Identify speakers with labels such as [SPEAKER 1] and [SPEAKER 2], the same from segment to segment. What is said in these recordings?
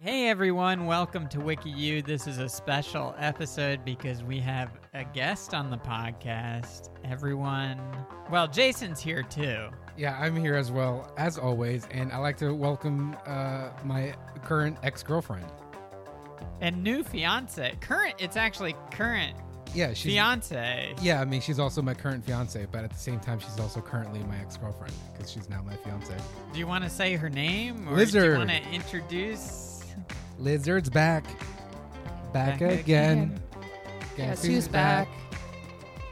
[SPEAKER 1] Hey everyone, welcome to WikiU. This is a special episode because we have a guest on the podcast. Everyone, well, Jason's here too.
[SPEAKER 2] Yeah, I'm here as well, as always, and I'd like to welcome uh, my current ex girlfriend.
[SPEAKER 1] And new fiance. Current, it's actually current
[SPEAKER 2] Yeah, she's.
[SPEAKER 1] fiance.
[SPEAKER 2] yeah, I mean, she's also my current fiance, but at the same time, she's also currently my ex girlfriend because she's now my fiance.
[SPEAKER 1] Do you want to say her name or do you
[SPEAKER 2] Lizard.
[SPEAKER 1] want to introduce?
[SPEAKER 2] Lizard's back.
[SPEAKER 1] Back
[SPEAKER 2] Back, again.
[SPEAKER 3] Guess who's back?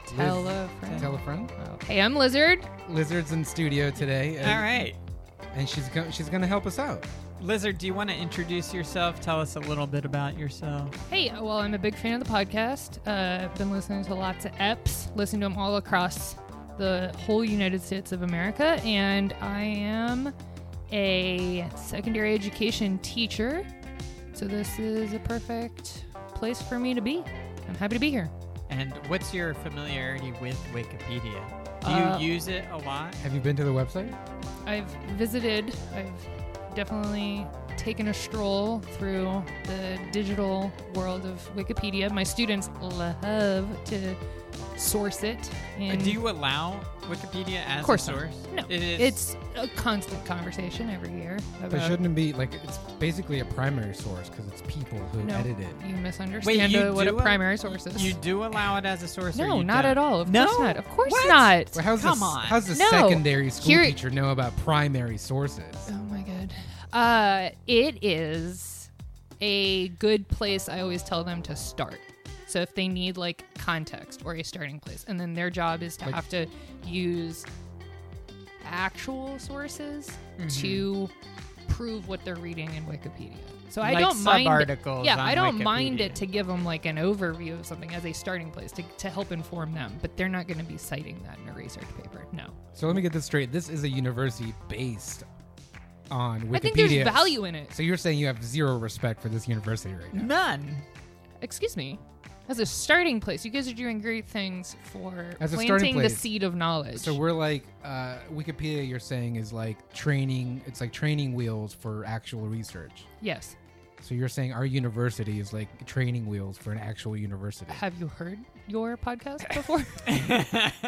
[SPEAKER 3] Tell a friend.
[SPEAKER 2] Tell a friend.
[SPEAKER 3] Hey, I'm Lizard.
[SPEAKER 2] Lizard's in studio today. And,
[SPEAKER 1] All right.
[SPEAKER 2] And she's, go- she's going to help us out.
[SPEAKER 1] Lizard, do you want to introduce yourself? Tell us a little bit about yourself.
[SPEAKER 3] Hey, well, I'm a big fan of the podcast. Uh, I've been listening to lots of EPs, listening to them all across the whole United States of America, and I am a secondary education teacher. So this is a perfect place for me to be. I'm happy to be here.
[SPEAKER 1] And what's your familiarity with Wikipedia? Do you
[SPEAKER 3] Uh,
[SPEAKER 1] use it a lot?
[SPEAKER 2] Have you been to the website?
[SPEAKER 1] Uh,
[SPEAKER 3] I've visited, I've definitely taken a stroll through the digital world of Wikipedia. My students love to source it.
[SPEAKER 1] Uh,
[SPEAKER 3] And
[SPEAKER 1] Do you allow Wikipedia as
[SPEAKER 3] course
[SPEAKER 1] a
[SPEAKER 3] not.
[SPEAKER 1] source?
[SPEAKER 3] No,
[SPEAKER 1] It is,
[SPEAKER 3] it's a constant conversation every year.
[SPEAKER 2] But
[SPEAKER 3] about-
[SPEAKER 2] shouldn't it be like it's basically a primary source because it's people who
[SPEAKER 3] No.
[SPEAKER 2] edit it.
[SPEAKER 3] You
[SPEAKER 1] Wait,
[SPEAKER 3] misunderstand
[SPEAKER 1] you
[SPEAKER 3] uh, what a
[SPEAKER 1] do al-
[SPEAKER 3] primary source is.
[SPEAKER 1] You do allow it as a source? or
[SPEAKER 3] no,
[SPEAKER 1] you
[SPEAKER 3] not
[SPEAKER 1] don't?
[SPEAKER 3] at all. Of
[SPEAKER 1] No?
[SPEAKER 3] course not. Of course
[SPEAKER 1] What?
[SPEAKER 3] not.
[SPEAKER 2] Well, how's
[SPEAKER 1] Come
[SPEAKER 2] the,
[SPEAKER 1] on.
[SPEAKER 2] How's the
[SPEAKER 3] No.
[SPEAKER 2] secondary school
[SPEAKER 3] Here-
[SPEAKER 2] teacher know about primary sources?
[SPEAKER 3] Oh my god. Uh, it is a good place. I always tell them to start. So if they need like context or a starting place, and then their job is to
[SPEAKER 2] Like-
[SPEAKER 3] have to use actual sources
[SPEAKER 1] Mm-hmm.
[SPEAKER 3] to prove what they're reading in Wikipedia. So I
[SPEAKER 1] Like
[SPEAKER 3] don't mind
[SPEAKER 1] sub-articles
[SPEAKER 3] Yeah,
[SPEAKER 1] on
[SPEAKER 3] I don't mind
[SPEAKER 1] Wikipedia.
[SPEAKER 3] it to give them like an overview of something as a starting place to, to help inform them, but they're not going to be citing that in a research paper. No.
[SPEAKER 2] So let me get this straight. This is a university based on Wikipedia.
[SPEAKER 3] I think there's value in it.
[SPEAKER 2] So you're saying you have zero respect for this university right now?
[SPEAKER 1] None.
[SPEAKER 3] excuse me as a starting place you guys are doing great things for
[SPEAKER 2] As a starting
[SPEAKER 3] planting the
[SPEAKER 2] place.
[SPEAKER 3] seed of knowledge
[SPEAKER 2] So we're like uh, Wikipedia. You're saying is like training. It's like training wheels for actual research.
[SPEAKER 3] yes
[SPEAKER 2] So you're saying our university is like training wheels for an actual university.
[SPEAKER 3] have you heard your podcast before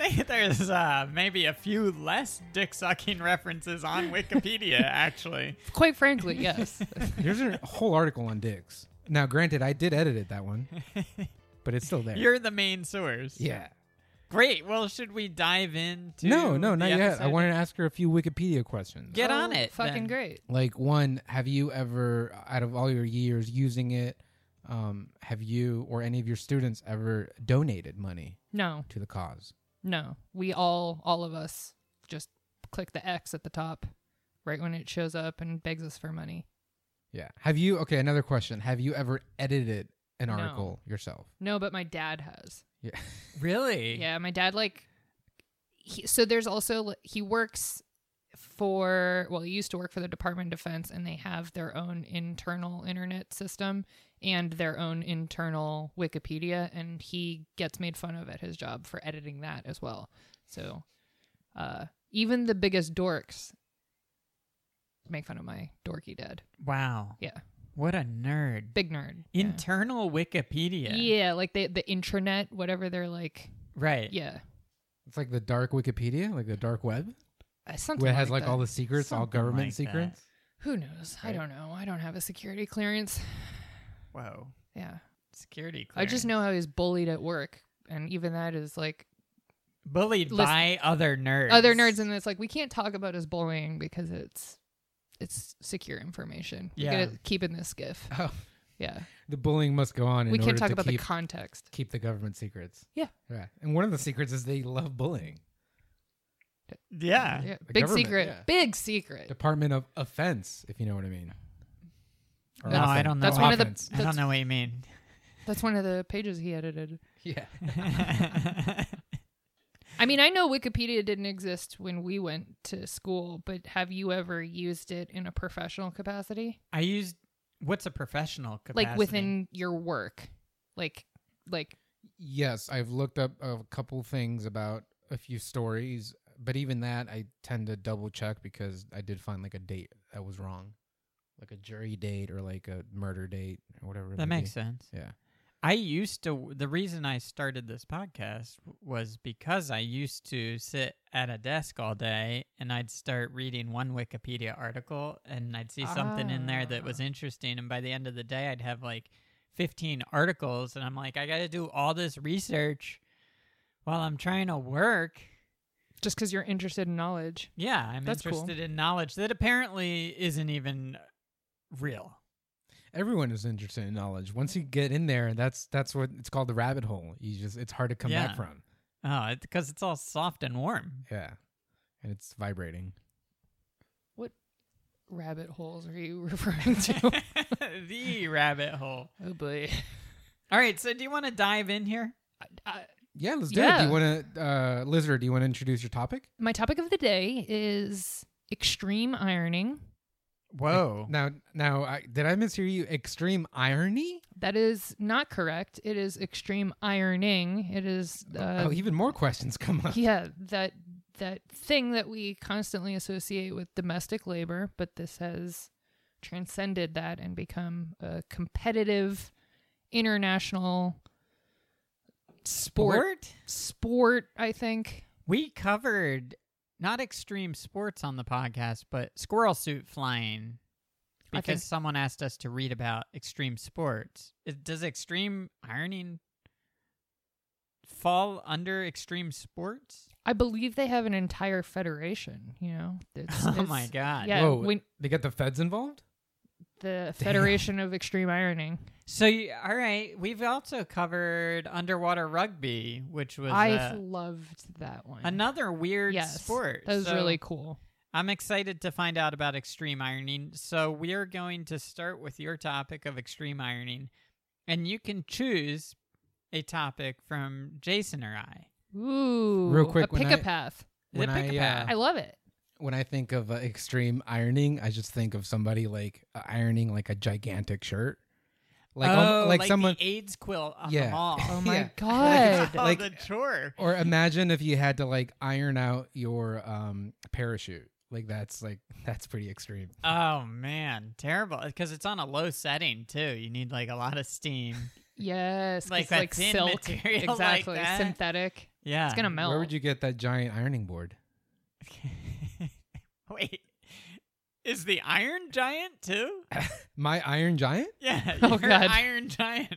[SPEAKER 1] I think there's uh, maybe a few less dick sucking references on Wikipedia, actually.
[SPEAKER 3] quite frankly yes
[SPEAKER 2] There's a whole article on dicks. Now, granted, I did edit it that one, but it's still there.
[SPEAKER 1] You're the main source.
[SPEAKER 2] yeah.
[SPEAKER 1] Great. Well, should we dive into?
[SPEAKER 2] No, no,
[SPEAKER 1] the
[SPEAKER 2] not yet. I
[SPEAKER 1] episode?
[SPEAKER 2] wanted to ask her a few Wikipedia questions.
[SPEAKER 1] Get on
[SPEAKER 3] Oh,
[SPEAKER 1] it,
[SPEAKER 3] fucking
[SPEAKER 1] then.
[SPEAKER 3] great
[SPEAKER 2] like one, have you ever, out of all your years using it, um, have you or any of your students ever donated money
[SPEAKER 3] no
[SPEAKER 2] to the cause?
[SPEAKER 3] no we all all of us just click the x at the top right when it shows up and begs us for money
[SPEAKER 2] Yeah. Have you? Okay, another question. Have you ever edited an
[SPEAKER 3] No.
[SPEAKER 2] article yourself?
[SPEAKER 3] no but my dad has
[SPEAKER 2] Yeah.
[SPEAKER 1] Really?
[SPEAKER 3] Yeah, my dad like he, so there's also like, he works for well, he used to work for the Department of Defense and they have their own internal internet system and their own internal Wikipedia and he gets made fun of at his job for editing that as well. So uh even the biggest dorks make fun of my dorky dad.
[SPEAKER 1] Wow.
[SPEAKER 3] Yeah.
[SPEAKER 1] What a nerd.
[SPEAKER 3] Big nerd. Yeah.
[SPEAKER 1] Internal Wikipedia.
[SPEAKER 3] yeah, like they, the intranet, whatever they're like.
[SPEAKER 1] Right.
[SPEAKER 3] Yeah.
[SPEAKER 2] It's like the dark Wikipedia, like the dark web,
[SPEAKER 3] Uh, Something
[SPEAKER 2] where it has
[SPEAKER 3] like
[SPEAKER 2] like
[SPEAKER 3] that.
[SPEAKER 2] all the secrets, all
[SPEAKER 1] Something
[SPEAKER 2] government
[SPEAKER 1] like that.
[SPEAKER 2] secrets.
[SPEAKER 3] Who knows? I
[SPEAKER 2] Right.
[SPEAKER 3] don't know. I don't have a security clearance.
[SPEAKER 1] Whoa.
[SPEAKER 3] Yeah.
[SPEAKER 1] Security.
[SPEAKER 3] I
[SPEAKER 1] clearance.
[SPEAKER 3] just know how he's bullied at work. And even that is like
[SPEAKER 1] bullied
[SPEAKER 3] Listen-
[SPEAKER 1] by other nerds.
[SPEAKER 3] other nerds, and it's like we can't talk about his bullying because it's it's secure information. We
[SPEAKER 1] Yeah.
[SPEAKER 3] gotta keep in this GIF.
[SPEAKER 2] Oh,
[SPEAKER 3] Yeah,
[SPEAKER 2] the bullying must go on. In
[SPEAKER 3] we
[SPEAKER 2] order
[SPEAKER 3] can't talk
[SPEAKER 2] to
[SPEAKER 3] about
[SPEAKER 2] keep,
[SPEAKER 3] the context.
[SPEAKER 2] keep the government secrets.
[SPEAKER 3] Yeah.
[SPEAKER 2] Yeah. And one of the secrets is they love bullying.
[SPEAKER 1] Yeah.
[SPEAKER 3] Yeah,
[SPEAKER 2] the
[SPEAKER 3] big
[SPEAKER 2] government,
[SPEAKER 3] secret.
[SPEAKER 2] yeah.
[SPEAKER 3] Big secret.
[SPEAKER 2] Department of Offense, if you know what I mean. Or
[SPEAKER 1] No, I don't know.
[SPEAKER 3] That's one of the-
[SPEAKER 2] offense.
[SPEAKER 1] I don't
[SPEAKER 3] That's-
[SPEAKER 1] know what you mean.
[SPEAKER 3] That's one of the pages he edited.
[SPEAKER 2] Yeah.
[SPEAKER 3] I mean, I know Wikipedia didn't exist when we went to school, but have you ever used it in a professional capacity?
[SPEAKER 1] I used what's a professional capacity?
[SPEAKER 3] Like within your work, like like
[SPEAKER 2] Yes, I've looked up a couple things about a few stories but even that, I tend to double check because I did find like a date that was wrong, like a jury date or like a murder date or whatever. it
[SPEAKER 1] That
[SPEAKER 2] may be.
[SPEAKER 1] makes sense.
[SPEAKER 2] Yeah.
[SPEAKER 1] I used to, the reason I started this podcast was because I used to sit at a desk all day and I'd start reading one Wikipedia article and I'd see something in there that was
[SPEAKER 3] Ah.
[SPEAKER 1] interesting. And by the end of the day, I'd have like 15 articles. And I'm like, I got to do all this research while I'm trying to work.
[SPEAKER 3] Just because you're interested in knowledge.
[SPEAKER 1] Yeah, I'm
[SPEAKER 3] That's cool.
[SPEAKER 1] interested in knowledge that apparently isn't even real.
[SPEAKER 2] Everyone is interested in knowledge. Once you get in there, that's that's what it's called the rabbit hole. You just it's hard to come
[SPEAKER 1] Yeah.
[SPEAKER 2] back from.
[SPEAKER 1] Oh, because it's all soft and warm.
[SPEAKER 2] Yeah. And it's vibrating.
[SPEAKER 3] Rabbit holes are you referring to?
[SPEAKER 1] the rabbit hole.
[SPEAKER 3] oh boy.
[SPEAKER 1] All right, so do you want to dive in here?
[SPEAKER 3] I, I,
[SPEAKER 2] Yeah, let's do it. Do
[SPEAKER 3] Yeah.
[SPEAKER 2] you want to, uh, Lizard? Do you want to introduce your topic?
[SPEAKER 3] my topic of the day is extreme ironing.
[SPEAKER 1] Whoa.
[SPEAKER 2] Now, now, I, did I mishear you? Extreme irony?
[SPEAKER 3] That is not correct. It is extreme ironing. It is uh,
[SPEAKER 2] oh, even more questions come up.
[SPEAKER 3] yeah that that thing that we constantly associate with domestic labor but this has transcended that and become a competitive international sport sport i think
[SPEAKER 1] We covered not extreme sports on the podcast, but squirrel suit flying
[SPEAKER 3] I
[SPEAKER 1] because
[SPEAKER 3] think-
[SPEAKER 1] someone asked us to read about extreme sports. It, does extreme ironing fall under extreme sports?
[SPEAKER 3] i believe they have an entire federation you know it's,
[SPEAKER 1] Oh
[SPEAKER 3] it's-
[SPEAKER 1] my god.
[SPEAKER 3] yeah
[SPEAKER 2] Whoa.
[SPEAKER 3] when
[SPEAKER 2] They got the feds involved.
[SPEAKER 3] the federation of extreme ironing
[SPEAKER 1] So you, all right, we've also covered underwater rugby, which was
[SPEAKER 3] i
[SPEAKER 1] uh,
[SPEAKER 3] loved that one
[SPEAKER 1] another weird
[SPEAKER 3] yes
[SPEAKER 1] sport.
[SPEAKER 3] that was
[SPEAKER 1] So
[SPEAKER 3] really cool
[SPEAKER 1] I'm excited to find out about extreme ironing. So we are going to start with your topic of extreme ironing, and you can choose a topic from Jason or I.
[SPEAKER 3] ooh
[SPEAKER 2] Real quick,
[SPEAKER 3] a
[SPEAKER 2] when
[SPEAKER 3] pick
[SPEAKER 2] I-
[SPEAKER 3] a path
[SPEAKER 1] The
[SPEAKER 2] When I,
[SPEAKER 1] pick a
[SPEAKER 2] uh,
[SPEAKER 1] path.
[SPEAKER 3] i love it
[SPEAKER 2] When I think of uh, extreme ironing, I just think of somebody like uh, ironing like a gigantic shirt, like
[SPEAKER 1] oh,
[SPEAKER 2] al- like, someone.
[SPEAKER 1] the AIDS quilt on the
[SPEAKER 2] Yeah.
[SPEAKER 1] mall.
[SPEAKER 3] Oh my
[SPEAKER 2] Yeah.
[SPEAKER 3] god.
[SPEAKER 1] oh,
[SPEAKER 2] Like-
[SPEAKER 1] the chore.
[SPEAKER 2] or imagine if you had to like iron out your um parachute. Like that's like that's pretty extreme.
[SPEAKER 1] Oh man, terrible! Because it's on a low setting too. You need like a lot of steam.
[SPEAKER 3] yes, 'cause
[SPEAKER 1] Like
[SPEAKER 3] it's
[SPEAKER 1] that
[SPEAKER 3] like
[SPEAKER 1] thin
[SPEAKER 3] silk,
[SPEAKER 1] material like
[SPEAKER 3] exactly,
[SPEAKER 1] that.
[SPEAKER 3] synthetic.
[SPEAKER 1] Yeah,
[SPEAKER 3] It's gonna melt.
[SPEAKER 2] Where would you get that giant ironing board?
[SPEAKER 1] Wait, is the Iron Giant too?
[SPEAKER 2] Uh, My Iron Giant?
[SPEAKER 1] Yeah,
[SPEAKER 3] Oh,
[SPEAKER 1] you're
[SPEAKER 3] God.
[SPEAKER 1] Iron Giant.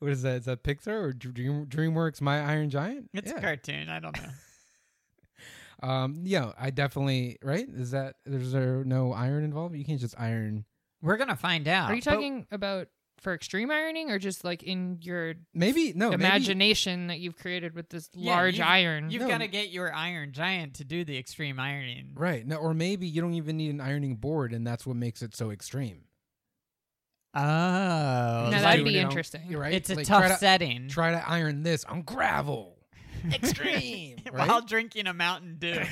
[SPEAKER 2] What is that? Is that Pixar or Dream, DreamWorks? My Iron Giant?
[SPEAKER 1] It's
[SPEAKER 2] yeah.
[SPEAKER 1] a cartoon. I don't know.
[SPEAKER 2] Um, yeah, I definitely right. Is that there's there no iron involved? You can't just iron.
[SPEAKER 1] We're gonna find out.
[SPEAKER 3] Are you
[SPEAKER 1] but-
[SPEAKER 3] talking about for extreme ironing or just like in your
[SPEAKER 2] Maybe no. Oh, maybe-
[SPEAKER 3] imagination that you've created with this
[SPEAKER 1] Yeah,
[SPEAKER 3] large
[SPEAKER 1] you've-
[SPEAKER 3] iron?
[SPEAKER 1] You've
[SPEAKER 2] No.
[SPEAKER 1] got to get your Iron Giant to do the extreme ironing.
[SPEAKER 2] right? No, or maybe you don't even need an ironing board, and that's what makes it so extreme.
[SPEAKER 1] Oh,
[SPEAKER 3] Now
[SPEAKER 2] Just
[SPEAKER 3] that'd
[SPEAKER 2] Oh. do it,
[SPEAKER 3] be
[SPEAKER 2] you know,
[SPEAKER 3] interesting.
[SPEAKER 2] You're right.
[SPEAKER 1] it's a
[SPEAKER 2] Like,
[SPEAKER 1] tough
[SPEAKER 2] try to,
[SPEAKER 1] setting.
[SPEAKER 2] Try to iron this on gravel. Extreme, right?
[SPEAKER 1] While drinking a Mountain Dew.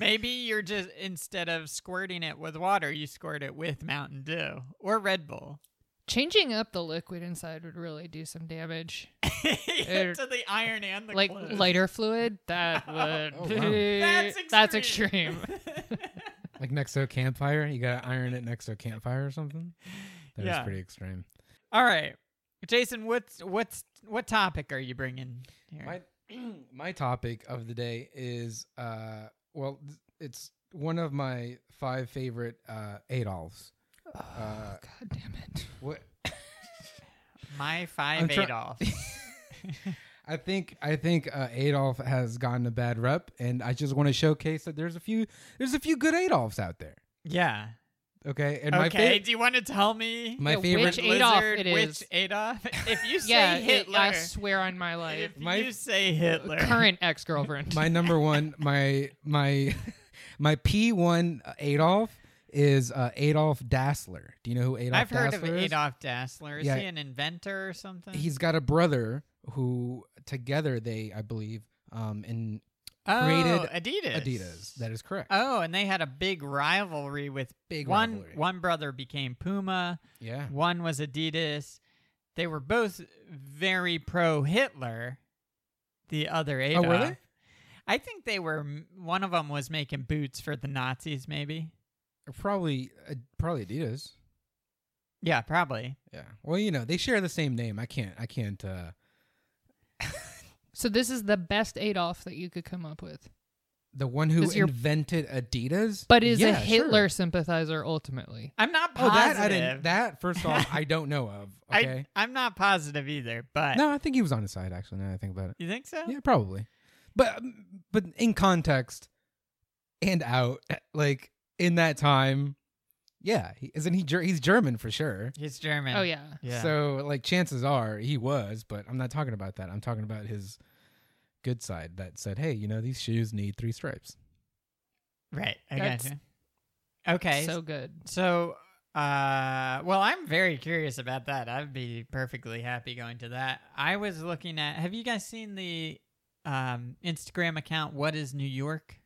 [SPEAKER 1] Maybe you're just instead of squirting it with water, you squirt it with Mountain Dew or Red Bull.
[SPEAKER 3] Changing up the liquid inside would really do some damage.
[SPEAKER 1] to
[SPEAKER 3] Er,
[SPEAKER 1] the iron and the
[SPEAKER 3] like
[SPEAKER 1] clothes.
[SPEAKER 3] lighter fluid, that would
[SPEAKER 2] Oh, wow.
[SPEAKER 1] That's
[SPEAKER 3] that's
[SPEAKER 1] extreme.
[SPEAKER 3] extreme.
[SPEAKER 2] Like next to a campfire, you gotta iron it next to a campfire or something. That is
[SPEAKER 1] Yeah.
[SPEAKER 2] pretty extreme.
[SPEAKER 1] All right, Jason, what's what's what topic are you bringing here?
[SPEAKER 2] My my topic of the day is uh well th- it's one of my five favorite uh Adolfs. Uh,
[SPEAKER 3] God damn it.
[SPEAKER 2] What
[SPEAKER 1] My five
[SPEAKER 2] try-
[SPEAKER 1] Adolf.
[SPEAKER 2] I think I think uh, Adolf has gotten a bad rep, and I just want to showcase that there's a few there's a few good Adolfs out there.
[SPEAKER 1] yeah.
[SPEAKER 2] Okay, and my
[SPEAKER 1] Okay.
[SPEAKER 2] favorite
[SPEAKER 1] Do you want to tell me
[SPEAKER 2] my
[SPEAKER 3] Yeah,
[SPEAKER 2] favorite
[SPEAKER 3] which Adolf
[SPEAKER 1] Lizard,
[SPEAKER 3] it
[SPEAKER 1] which
[SPEAKER 3] is.
[SPEAKER 1] Adolf? If you say
[SPEAKER 3] Yeah, it,
[SPEAKER 1] Hitler,
[SPEAKER 3] I swear on my life.
[SPEAKER 1] if
[SPEAKER 2] My-
[SPEAKER 1] you say Hitler,
[SPEAKER 3] Current ex girlfriend.
[SPEAKER 2] my number one my my my P one Adolf is uh, Adolf Dassler. Do you know who Adolf?
[SPEAKER 1] I've heard
[SPEAKER 2] Dassler
[SPEAKER 1] of
[SPEAKER 2] is?
[SPEAKER 1] Adolf Dassler. Is
[SPEAKER 2] Yeah.
[SPEAKER 1] he an inventor or something?
[SPEAKER 2] He's got a brother who together they I believe um in
[SPEAKER 1] oh, Adidas.
[SPEAKER 2] Adidas. That is correct.
[SPEAKER 1] oh, and they had a big rivalry with
[SPEAKER 2] Big
[SPEAKER 1] one.
[SPEAKER 2] rivalry.
[SPEAKER 1] One brother became Puma.
[SPEAKER 2] yeah.
[SPEAKER 1] One was Adidas. They were both very pro Hitler. The other Adolf.
[SPEAKER 2] Oh, were they?
[SPEAKER 1] I think they were one of them was making boots for the Nazis, maybe.
[SPEAKER 2] Probably, uh, probably Adidas.
[SPEAKER 1] Yeah, probably.
[SPEAKER 2] Yeah. Well, you know, they share the same name. I can't. I can't. uh
[SPEAKER 3] So this is the best Adolf that you could come up with,
[SPEAKER 2] The one who
[SPEAKER 3] Does your-
[SPEAKER 2] invented Adidas,
[SPEAKER 3] but is a
[SPEAKER 2] Yeah, sure.
[SPEAKER 3] Hitler sympathizer ultimately.
[SPEAKER 1] I'm not
[SPEAKER 2] Oh,
[SPEAKER 1] positive.
[SPEAKER 2] that I didn't. That first off, I don't know of. Okay.
[SPEAKER 1] I, am not positive either, but
[SPEAKER 2] no, I think he was on his side. Actually, now that I think about it.
[SPEAKER 1] you think so?
[SPEAKER 2] Yeah, probably. But but in context and out, like in that time, yeah, he, isn't he? Ger- he's German for sure.
[SPEAKER 1] He's German.
[SPEAKER 3] Oh yeah.
[SPEAKER 1] Yeah.
[SPEAKER 2] So like chances are he was, but I'm not talking about that. I'm talking about his good side that said, "Hey, you know these shoes need three stripes."
[SPEAKER 1] right. I
[SPEAKER 3] That's-
[SPEAKER 1] gotcha. Okay.
[SPEAKER 3] So
[SPEAKER 1] So,
[SPEAKER 3] good.
[SPEAKER 1] uh, well, I'm very curious about that. I'd be perfectly happy going to that. I was looking at. Have you guys seen the um, Instagram account? What is New York?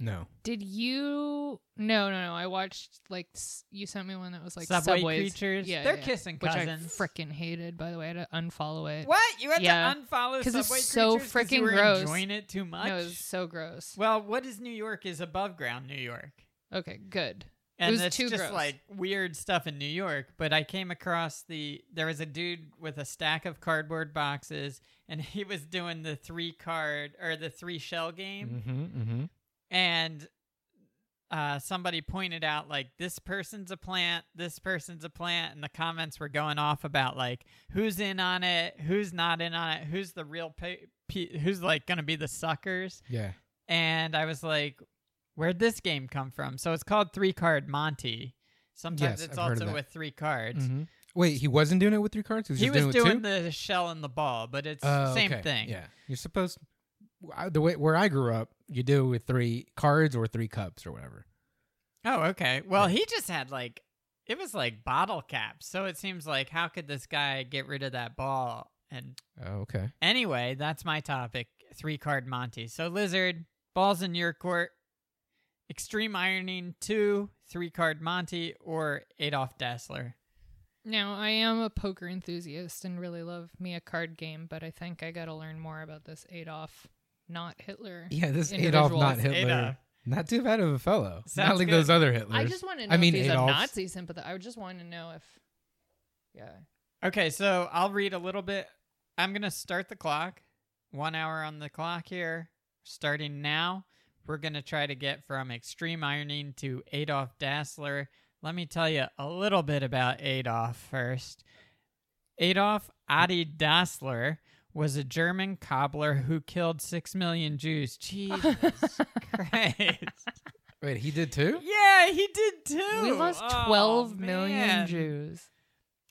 [SPEAKER 2] No.
[SPEAKER 3] Did you? No, no, no. I watched like s- you sent me one that was like
[SPEAKER 1] Subway
[SPEAKER 3] Subways.
[SPEAKER 1] creatures.
[SPEAKER 3] Yeah,
[SPEAKER 1] They're
[SPEAKER 3] yeah,
[SPEAKER 1] kissing
[SPEAKER 3] which I
[SPEAKER 1] cousins.
[SPEAKER 3] freaking hated. By the way, I had to unfollow it.
[SPEAKER 1] What? You had
[SPEAKER 3] Yeah.
[SPEAKER 1] to unfollow
[SPEAKER 3] 'Cause
[SPEAKER 1] Subway
[SPEAKER 3] it's so
[SPEAKER 1] Creatures 'cause you
[SPEAKER 3] freaking
[SPEAKER 1] were
[SPEAKER 3] gross.
[SPEAKER 1] Enjoying it too much.
[SPEAKER 3] No, it was so gross.
[SPEAKER 1] Well, what is New York is above ground New York.
[SPEAKER 3] Okay, good.
[SPEAKER 1] And
[SPEAKER 3] was
[SPEAKER 1] it's
[SPEAKER 3] too
[SPEAKER 1] just
[SPEAKER 3] gross.
[SPEAKER 1] like weird stuff in New York. But I came across the there was a dude with a stack of cardboard boxes and he was doing the three card or the three shell game.
[SPEAKER 2] Mm-hmm,
[SPEAKER 1] And uh, somebody pointed out like this person's a plant, this person's a plant, and the comments were going off about like who's in on it, who's not in on it, who's the real pe- pe- who's like gonna be the suckers
[SPEAKER 2] Yeah.
[SPEAKER 1] and I was like, "Where'd this game come from?" So it's called Three Card Monty. Sometimes
[SPEAKER 2] Yes,
[SPEAKER 1] it's
[SPEAKER 2] I've heard of
[SPEAKER 1] also
[SPEAKER 2] that.
[SPEAKER 1] with three cards.
[SPEAKER 2] Mhm. Wait, he wasn't doing it with three cards. He was
[SPEAKER 1] He
[SPEAKER 2] just
[SPEAKER 1] was
[SPEAKER 2] doing, it
[SPEAKER 1] doing
[SPEAKER 2] with two?
[SPEAKER 1] the shell and the ball, but it's
[SPEAKER 2] Oh,
[SPEAKER 1] same
[SPEAKER 2] okay.
[SPEAKER 1] thing.
[SPEAKER 2] Yeah. You're supposed I- the way where I grew up, you do it with three cards or three cups or whatever.
[SPEAKER 1] Oh, okay. Well, he just had like it was like bottle caps, so it seems like how could this guy get rid of that ball? And
[SPEAKER 2] Oh, okay.
[SPEAKER 1] anyway, that's my topic: three card Monty. So lizard balls in your court. Extreme ironing two, three card Monty, or Adolf Dassler.
[SPEAKER 3] Now, I am a poker enthusiast and really love me a card game, but I think I got to learn more about this Adolf, not Hitler.
[SPEAKER 2] Yeah, this Adolf,
[SPEAKER 3] Individuals.
[SPEAKER 2] not Hitler.
[SPEAKER 1] Adolf.
[SPEAKER 2] Not too bad of a fellow.
[SPEAKER 1] Sounds
[SPEAKER 2] not like
[SPEAKER 1] good.
[SPEAKER 2] those other Hitlers.
[SPEAKER 3] I just want to know
[SPEAKER 2] I mean,
[SPEAKER 3] if he's
[SPEAKER 2] Adolf.
[SPEAKER 3] a Nazi sympathizer. I just want to know if, yeah.
[SPEAKER 1] Okay, so I'll read a little bit. I'm going to start the clock. One hour on the clock here. Starting now, we're going to try to get from extreme ironing to Adolf Dassler. Let me tell you a little bit about Adolf first. Adolf Adi Dassler was a German cobbler who killed six million Jews. Jesus Christ.
[SPEAKER 2] Wait, he did too?
[SPEAKER 1] Yeah, he did too.
[SPEAKER 3] We lost
[SPEAKER 1] Oh,
[SPEAKER 3] 12 million
[SPEAKER 1] man.
[SPEAKER 3] Jews.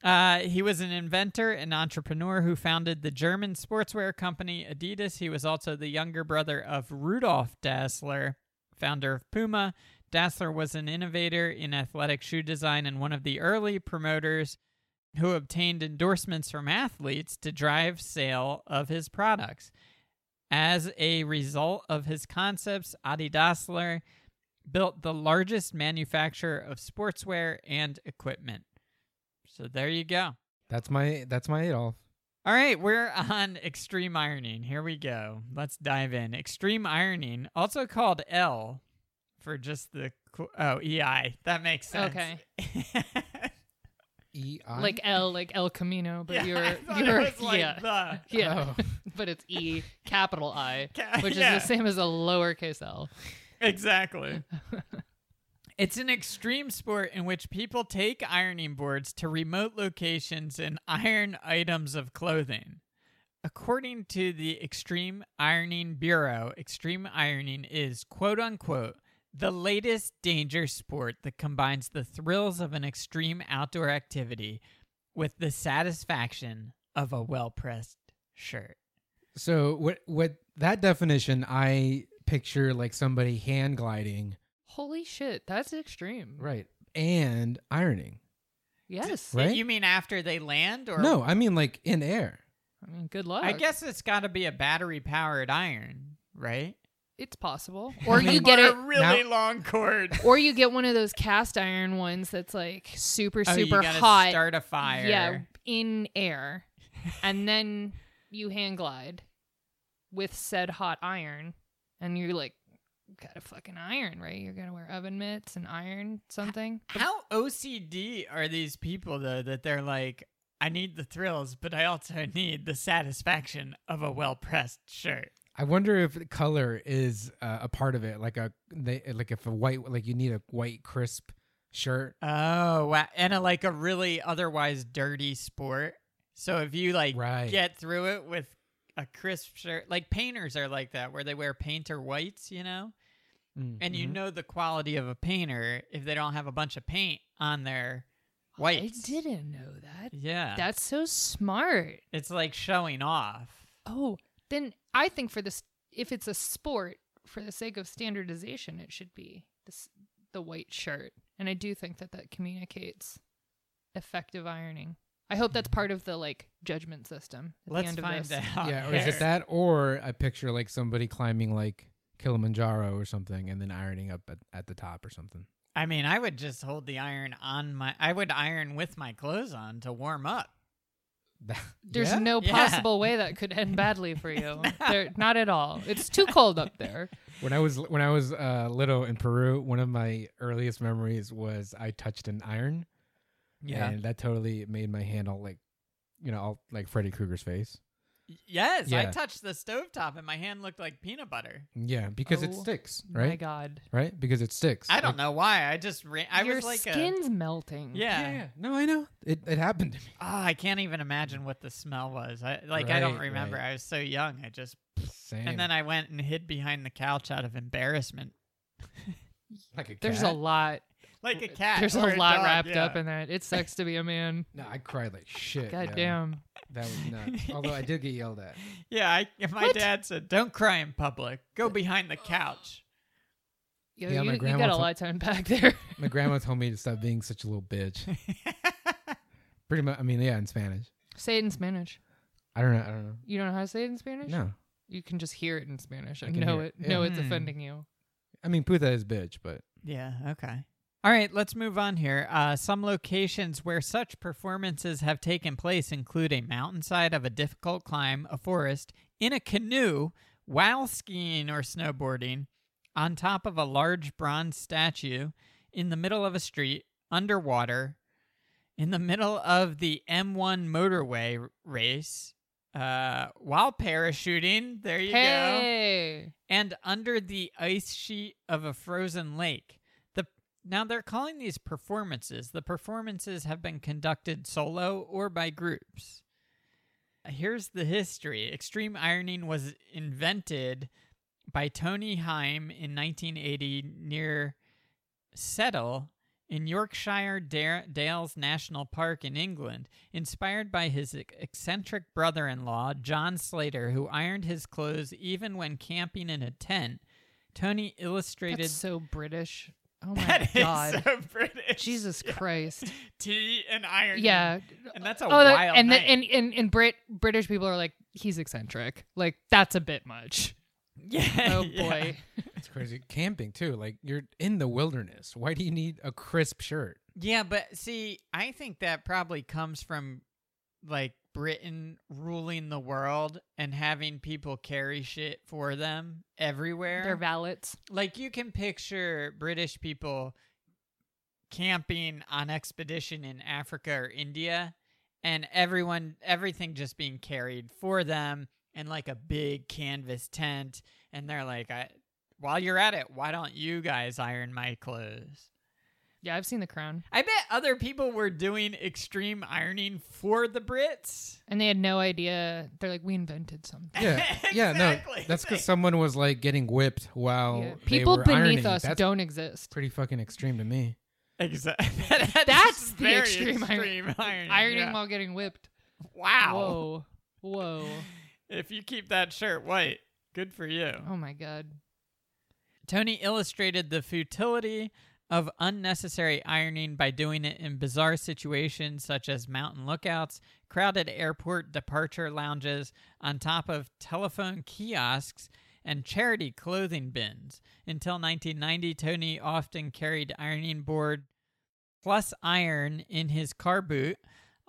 [SPEAKER 1] Uh, he was an inventor and entrepreneur who founded the German sportswear company Adidas. He was also the younger brother of Rudolf Dassler, founder of Puma. Dassler was an innovator in athletic shoe design and one of the early promoters who obtained endorsements from athletes to drive sale of his products. As a result of his concepts, Adi Dassler built the largest manufacturer of sportswear and equipment. So there you go.
[SPEAKER 2] That's my that's my Adolf.
[SPEAKER 1] All right, we're on extreme ironing. Here we go. Let's dive in. Extreme ironing, also called L for just the qu- oh, EI. That makes sense.
[SPEAKER 3] Okay.
[SPEAKER 2] E I
[SPEAKER 3] Like L, like El Camino, but
[SPEAKER 1] Yeah, I
[SPEAKER 3] you're,
[SPEAKER 1] thought
[SPEAKER 3] you're,
[SPEAKER 1] it was like
[SPEAKER 3] yeah.
[SPEAKER 1] the-
[SPEAKER 3] Yeah, but it's E, capital I,
[SPEAKER 1] Ca-
[SPEAKER 3] which
[SPEAKER 1] yeah.
[SPEAKER 3] is the same as a lowercase L.
[SPEAKER 1] Exactly. it's an extreme sport in which people take ironing boards to remote locations and iron items of clothing. According to the Extreme Ironing Bureau, extreme ironing is quote unquote the latest danger sport that combines the thrills of an extreme outdoor activity with the satisfaction of a well pressed shirt.
[SPEAKER 2] So what what that definition I picture like somebody hand gliding,
[SPEAKER 3] Holy shit, that's extreme.
[SPEAKER 2] right, and ironing.
[SPEAKER 3] Yes.
[SPEAKER 2] Right?
[SPEAKER 1] You mean after they land or
[SPEAKER 2] No, I mean like in air.
[SPEAKER 3] I mean, good luck.
[SPEAKER 1] I guess it's got to be a battery powered iron, right?
[SPEAKER 3] it's possible. Or
[SPEAKER 2] mean-
[SPEAKER 3] you get it.
[SPEAKER 1] really long cord.
[SPEAKER 3] Or you get one of those cast iron ones that's like super,
[SPEAKER 1] Oh,
[SPEAKER 3] super
[SPEAKER 1] you gotta
[SPEAKER 3] hot.
[SPEAKER 1] Start a fire.
[SPEAKER 3] Yeah, in air. And then you hand glide with said hot iron and you're like gotta fucking iron right you're gonna wear oven mitts and iron something
[SPEAKER 1] How OCD are these people though that they're like, I need the thrills, but I also need the satisfaction of a well pressed shirt.
[SPEAKER 2] I wonder if the color is uh, a part of it, like a they, like if a white like you need a white crisp shirt.
[SPEAKER 1] Oh wow. And a, like a really otherwise dirty sport. So if you like
[SPEAKER 2] Right.
[SPEAKER 1] get through it with a crisp shirt, like painters are like that, where they wear painter whites, you know?
[SPEAKER 2] Mm-hmm.
[SPEAKER 1] And you know the quality of a painter if they don't have a bunch of paint on their
[SPEAKER 3] i
[SPEAKER 1] whites.
[SPEAKER 3] didn't know that
[SPEAKER 1] Yeah.
[SPEAKER 3] that's so smart
[SPEAKER 1] it's like showing off.
[SPEAKER 3] oh then i think for this if it's a sport for the sake of standardization it should be this the white shirt and i do think that that communicates effective ironing i hope that's part of the like judgment system at the
[SPEAKER 1] Let's
[SPEAKER 3] end of
[SPEAKER 1] find
[SPEAKER 3] this.
[SPEAKER 1] out.
[SPEAKER 2] Yeah, or is
[SPEAKER 1] here.
[SPEAKER 2] it that, or I picture like somebody climbing like Kilimanjaro or something, and then ironing up at, at the top or something.
[SPEAKER 1] I mean, I would just hold the iron on my. I would iron with my clothes on to warm up.
[SPEAKER 3] There's
[SPEAKER 2] Yeah?
[SPEAKER 3] no
[SPEAKER 1] Yeah.
[SPEAKER 3] possible way that could end badly for you. There, not at all. It's too cold up there.
[SPEAKER 2] When I was when I was uh, little in Peru, one of my earliest memories was I touched an iron, and that totally made my hand all like, you know, all like Freddy Krueger's face.
[SPEAKER 1] yes, I
[SPEAKER 2] Yeah.
[SPEAKER 1] touched the stovetop and my hand looked like peanut butter.
[SPEAKER 2] Yeah, because it
[SPEAKER 3] Oh
[SPEAKER 2] sticks,
[SPEAKER 3] My
[SPEAKER 2] right?
[SPEAKER 3] God,
[SPEAKER 2] Right, because it sticks.
[SPEAKER 1] I don't
[SPEAKER 2] Like-
[SPEAKER 1] know why. I just ran. I
[SPEAKER 3] your
[SPEAKER 1] was like a.
[SPEAKER 3] skin's melting.
[SPEAKER 1] Yeah.
[SPEAKER 2] Mm, yeah, no, I know it. It happened to me.
[SPEAKER 1] Ah, I can't even imagine what the smell was. I like. I don't
[SPEAKER 2] Right,
[SPEAKER 1] remember.
[SPEAKER 2] right.
[SPEAKER 1] I was so young. I just.
[SPEAKER 2] Same.
[SPEAKER 1] And then I went and hid behind the couch out of embarrassment,
[SPEAKER 2] like a
[SPEAKER 3] There's a
[SPEAKER 2] cat.
[SPEAKER 3] lot.
[SPEAKER 1] like a cat.
[SPEAKER 3] There's
[SPEAKER 1] or
[SPEAKER 3] a lot
[SPEAKER 1] dog,
[SPEAKER 3] wrapped
[SPEAKER 1] yeah.
[SPEAKER 3] up in that. It sucks to be a man.
[SPEAKER 2] No, I cried like shit.
[SPEAKER 3] God
[SPEAKER 2] yeah.
[SPEAKER 3] damn.
[SPEAKER 2] that was nuts. Although I did get yelled at.
[SPEAKER 1] Yeah, I, my
[SPEAKER 3] What?
[SPEAKER 1] dad said, "Don't cry in public. Go behind the couch."
[SPEAKER 3] Yo,
[SPEAKER 2] Yeah,
[SPEAKER 3] you,
[SPEAKER 2] my
[SPEAKER 3] you
[SPEAKER 2] grandma
[SPEAKER 3] got a
[SPEAKER 2] told-
[SPEAKER 3] lot to unpack there.
[SPEAKER 2] My grandma told me to stop being such a little bitch. Pretty much. I mean, yeah, in Spanish.
[SPEAKER 3] say it in Spanish.
[SPEAKER 2] I don't know. I don't know.
[SPEAKER 3] You don't know how to say it in Spanish?
[SPEAKER 2] No,
[SPEAKER 3] You can just hear it in Spanish and
[SPEAKER 2] can
[SPEAKER 3] know
[SPEAKER 2] hear
[SPEAKER 3] it.
[SPEAKER 2] it.
[SPEAKER 3] Know
[SPEAKER 1] Yeah.
[SPEAKER 3] it's
[SPEAKER 1] Hmm.
[SPEAKER 3] offending you.
[SPEAKER 2] I mean puta is bitch, but
[SPEAKER 1] Yeah, okay. All right, let's move on here. Uh, some locations where such performances have taken place include a mountainside of a difficult climb, a forest, in a canoe, while skiing or snowboarding, on top of a large bronze statue, in the middle of a street, underwater, in the middle of the M1 motorway r- race, uh, while parachuting. There you go
[SPEAKER 3] hey.
[SPEAKER 1] and under the ice sheet of a frozen lake. The now they're calling these performances. The performances have been conducted solo or by groups. Here's the history. Extreme ironing was invented by Tony Heim in 1980 near Settle in Yorkshire Dare- Dales National Park in England, inspired by his ec- eccentric brother in law, John Slater, who ironed his clothes even when camping in a tent. Tony illustrated
[SPEAKER 3] That's so British. Oh my
[SPEAKER 1] That is
[SPEAKER 3] God.
[SPEAKER 1] so British.
[SPEAKER 3] Jesus Christ.
[SPEAKER 1] Tea and iron.
[SPEAKER 3] Yeah.
[SPEAKER 1] And that's a
[SPEAKER 3] oh, that-
[SPEAKER 1] wild
[SPEAKER 3] and, the,
[SPEAKER 1] night.
[SPEAKER 3] and and and Brit British people are like he's eccentric. Like that's a bit much.
[SPEAKER 1] yeah.
[SPEAKER 3] Oh
[SPEAKER 1] yeah.
[SPEAKER 3] boy.
[SPEAKER 2] it's crazy. Camping too. Like you're in the wilderness. Why do you need a crisp shirt?
[SPEAKER 1] Yeah, but see, I think that probably comes from like Britain ruling the world and having people carry shit for them everywhere.
[SPEAKER 3] They're valets.
[SPEAKER 1] like you can picture British people camping on expedition in Africa or India and everyone everything just being carried for them in like a big canvas tent and they're like I while you're at it why don't you guys iron my clothes
[SPEAKER 3] Yeah, I've seen the crown.
[SPEAKER 1] I bet other people were doing extreme ironing for the Brits
[SPEAKER 3] And they had no idea. They're like, we invented something.
[SPEAKER 2] Yeah. Yeah. No.
[SPEAKER 1] Exactly.
[SPEAKER 2] That's because someone was like getting whipped while
[SPEAKER 3] Yeah.
[SPEAKER 2] Oh, they
[SPEAKER 3] People
[SPEAKER 2] were
[SPEAKER 3] beneath
[SPEAKER 2] ironing.
[SPEAKER 3] us
[SPEAKER 2] That's
[SPEAKER 3] don't exist.
[SPEAKER 2] pretty fucking extreme to me.
[SPEAKER 1] exactly
[SPEAKER 3] That's the extreme iron-
[SPEAKER 1] ironing,
[SPEAKER 3] Ironing
[SPEAKER 1] yeah.
[SPEAKER 3] while getting whipped.
[SPEAKER 1] wow
[SPEAKER 3] Whoa. Whoa.
[SPEAKER 1] If you keep that shirt white, good for you.
[SPEAKER 3] Oh my god.
[SPEAKER 1] Tony illustrated the futility of unnecessary ironing by doing it in bizarre situations such as mountain lookouts, crowded airport departure lounges, on top of telephone kiosks, and charity clothing bins. Until 1990, Tony often carried ironing board plus iron in his car boot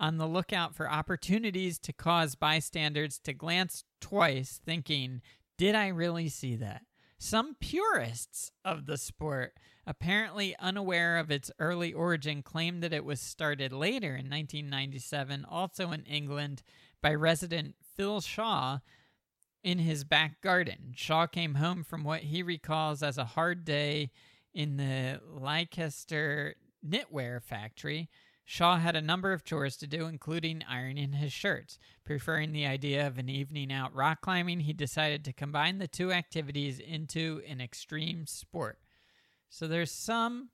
[SPEAKER 1] on the lookout for opportunities to cause bystanders to glance twice, thinking, Did I really see that? some purists of the sport, apparently unaware of its early origin, claim that it was started later in 1997, also in England, by resident Phil Shaw in his back garden. Shaw came home from what he recalls as a hard day in the Leicester knitwear factory. Shaw had a number of chores to do, including ironing his shirts. Preferring the idea of an evening out rock climbing, he decided to combine the two activities into an extreme sport. So there's some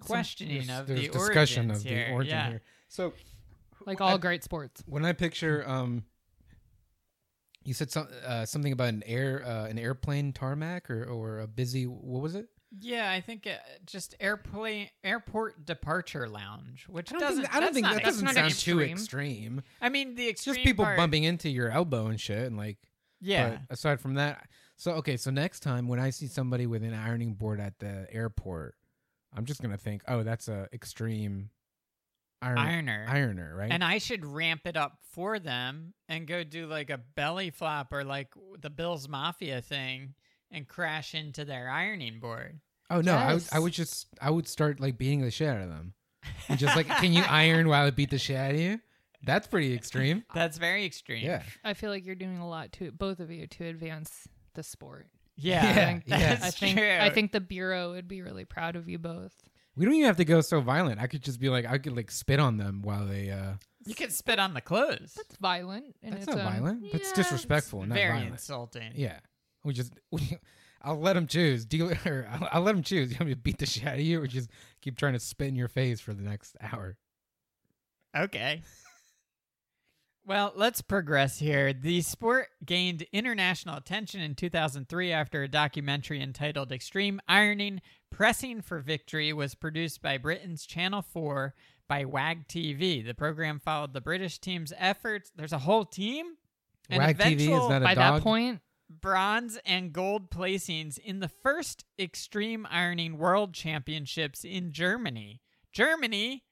[SPEAKER 1] questioning
[SPEAKER 2] There's-
[SPEAKER 1] of
[SPEAKER 2] there's
[SPEAKER 1] the
[SPEAKER 2] discussion
[SPEAKER 1] origins
[SPEAKER 2] of
[SPEAKER 1] here.
[SPEAKER 2] the origin
[SPEAKER 1] yeah.
[SPEAKER 2] here. So
[SPEAKER 3] like
[SPEAKER 2] I-
[SPEAKER 3] all great sports.
[SPEAKER 2] when I picture, um, you said some, uh, something about an air, uh, an airplane tarmac, or or a busy. What was it?
[SPEAKER 1] Yeah, I think uh, just airplane airport departure lounge, which
[SPEAKER 2] I don't
[SPEAKER 1] doesn't.
[SPEAKER 2] think, I don't
[SPEAKER 1] that's
[SPEAKER 2] think
[SPEAKER 1] not
[SPEAKER 2] that doesn't
[SPEAKER 1] extreme.
[SPEAKER 2] sound too
[SPEAKER 3] extreme.
[SPEAKER 2] extreme.
[SPEAKER 1] I mean, the
[SPEAKER 2] It's
[SPEAKER 1] extreme
[SPEAKER 2] just people
[SPEAKER 1] part-
[SPEAKER 2] bumping into your elbow and shit, and like.
[SPEAKER 1] Yeah,
[SPEAKER 2] But aside from that, so okay, so next time when I see somebody with an ironing board at the airport, I'm just gonna think, oh, that's a extreme iron,
[SPEAKER 1] ironer.
[SPEAKER 2] ironer, right?
[SPEAKER 1] And I should ramp it up for them and go do like a belly flop or like the Bills Mafia thing and crash into their ironing board.
[SPEAKER 2] oh no, I would,
[SPEAKER 3] Yes.
[SPEAKER 2] I would just, I would start like beating the shit out of them, and just like, can you iron while I beat the shit out of you? That's pretty extreme.
[SPEAKER 1] That's very extreme.
[SPEAKER 2] Yeah,
[SPEAKER 3] I feel like you're doing a lot to both of you to advance the sport.
[SPEAKER 1] Yeah.
[SPEAKER 2] Yeah, yeah.
[SPEAKER 1] That's
[SPEAKER 3] I think
[SPEAKER 1] true.
[SPEAKER 3] I think the bureau would be really proud of you both.
[SPEAKER 2] we don't even have to go so violent. I could just be like, I could like spit on them while they. uh
[SPEAKER 1] you could spit on the clothes.
[SPEAKER 3] That's violent. And
[SPEAKER 2] That's
[SPEAKER 3] it's
[SPEAKER 2] not
[SPEAKER 3] um,
[SPEAKER 2] violent. That's
[SPEAKER 3] yeah,
[SPEAKER 2] disrespectful, not
[SPEAKER 1] very
[SPEAKER 2] violent.
[SPEAKER 1] insulting.
[SPEAKER 2] Yeah, we just we, I'll let them choose. Do you, or I'll, I'll let them choose. You want me to beat the shit out of you, or just keep trying to spit in your face for the next hour?
[SPEAKER 1] Okay. Well, let's progress here. The sport gained international attention in 2003 after a documentary entitled Extreme Ironing Pressing for Victory was produced by Britain's Channel 4 by WAG TV. The program followed the British team's efforts. There's a whole team. and
[SPEAKER 2] Wag TV is
[SPEAKER 1] eventual
[SPEAKER 2] not a
[SPEAKER 3] By
[SPEAKER 2] dog?
[SPEAKER 3] that point,
[SPEAKER 1] bronze and gold placings in the first Extreme Ironing World Championships in Germany. Germany,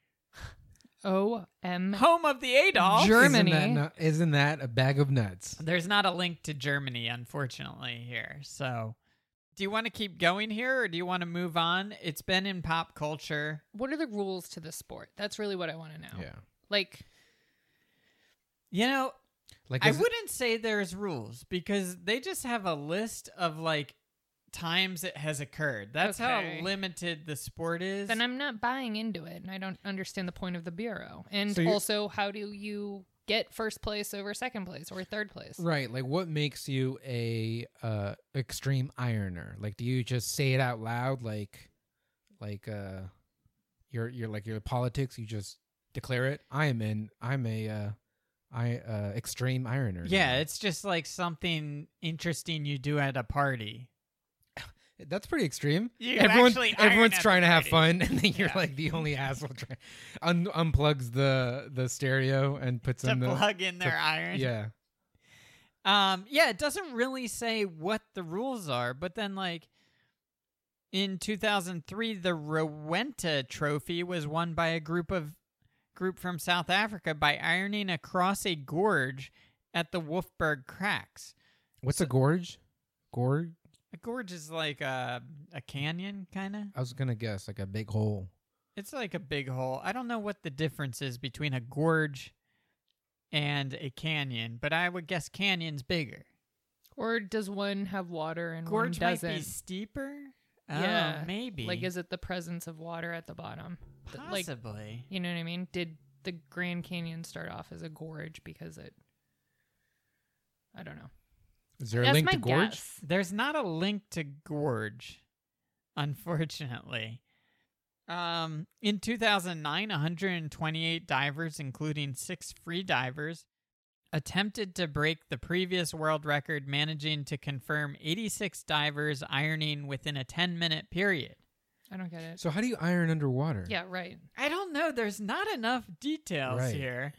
[SPEAKER 3] O M.
[SPEAKER 1] home of the Adolf.
[SPEAKER 3] Ger- Germany.
[SPEAKER 2] Isn't that, nu- isn't that a bag of nuts?
[SPEAKER 1] There's not a link to Germany, unfortunately, here. So, do you want to keep going here or do you want to move on? It's been in pop culture.
[SPEAKER 3] What are the rules to this sport? That's really what I want to know. Like
[SPEAKER 1] You know,
[SPEAKER 2] Like
[SPEAKER 1] I
[SPEAKER 2] is it-
[SPEAKER 1] wouldn't say there's rules because they just have a list of like times it has occurred. That's
[SPEAKER 3] Okay.
[SPEAKER 1] how limited the sport is.
[SPEAKER 3] then I'm not buying into it, and I don't understand the point of the bureau. And
[SPEAKER 2] So you're-
[SPEAKER 3] also, how do you get first place over second place or third place?
[SPEAKER 2] Right, like what makes you a uh extreme ironer? Like do you just say it out loud like like uh your your like your politics, you just declare it? I am in I'm a uh I uh extreme ironer.
[SPEAKER 1] yeah,
[SPEAKER 2] now."
[SPEAKER 1] it's just like something interesting you do at a party.
[SPEAKER 2] That's pretty extreme.
[SPEAKER 1] You
[SPEAKER 2] Everyone,
[SPEAKER 1] actually iron
[SPEAKER 2] everyone's
[SPEAKER 1] at
[SPEAKER 2] trying
[SPEAKER 1] the
[SPEAKER 2] to have
[SPEAKER 1] party.
[SPEAKER 2] fun, and then you're
[SPEAKER 1] Yeah.
[SPEAKER 2] like the only asshole. Trying, un- unplugs the the stereo and puts
[SPEAKER 1] To
[SPEAKER 2] in the
[SPEAKER 1] plug in their iron.
[SPEAKER 2] yeah.
[SPEAKER 1] Um, yeah, it doesn't really say what the rules are, but then like in 2003, the Rowenta Trophy was won by a group of group from South Africa by ironing across a gorge at the Wolfberg Cracks.
[SPEAKER 2] What's a gorge? Gorge?
[SPEAKER 1] A gorge is like a a canyon, kind of.
[SPEAKER 2] I was gonna guess like a big hole.
[SPEAKER 1] It's like a big hole. I don't know what the difference is between a gorge and a canyon, but I would guess canyon's bigger.
[SPEAKER 3] Or does one have water and
[SPEAKER 1] Gorge
[SPEAKER 3] one
[SPEAKER 1] might be
[SPEAKER 3] doesn't?
[SPEAKER 1] steeper.
[SPEAKER 3] Yeah.
[SPEAKER 1] oh, maybe.
[SPEAKER 3] Like, is it the presence of water at the bottom? Th- Like,
[SPEAKER 1] Possibly.
[SPEAKER 3] you know what I mean? Did the Grand Canyon start off as a gorge because it? I don't know.
[SPEAKER 2] Is there a
[SPEAKER 3] That's
[SPEAKER 2] link
[SPEAKER 3] my
[SPEAKER 2] to gorge?
[SPEAKER 3] guess.
[SPEAKER 1] There's not a link to Gorge, unfortunately. Um, in 2009, 128 divers, including six free divers, attempted to break the previous world record, managing to confirm 86 divers ironing within a 10 minute period.
[SPEAKER 3] I don't get it.
[SPEAKER 2] So how do you iron underwater?
[SPEAKER 3] Yeah, right.
[SPEAKER 1] I don't know. There's not enough details
[SPEAKER 2] Right.
[SPEAKER 1] here.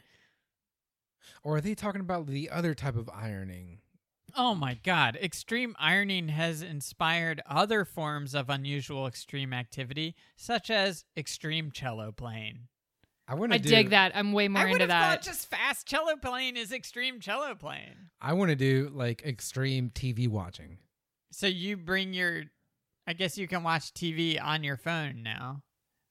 [SPEAKER 2] Or are they talking about the other type of ironing?
[SPEAKER 1] Oh my God. Extreme ironing has inspired other forms of unusual extreme activity, such as extreme cello playing.
[SPEAKER 2] I want
[SPEAKER 3] I
[SPEAKER 2] to do,
[SPEAKER 3] dig that. I'm way more
[SPEAKER 1] I would
[SPEAKER 3] into
[SPEAKER 1] have
[SPEAKER 3] that.
[SPEAKER 1] thought just fast cello playing is extreme cello playing.
[SPEAKER 2] I want to do like extreme TV watching.
[SPEAKER 1] So you bring your, I guess you can watch TV on your phone now,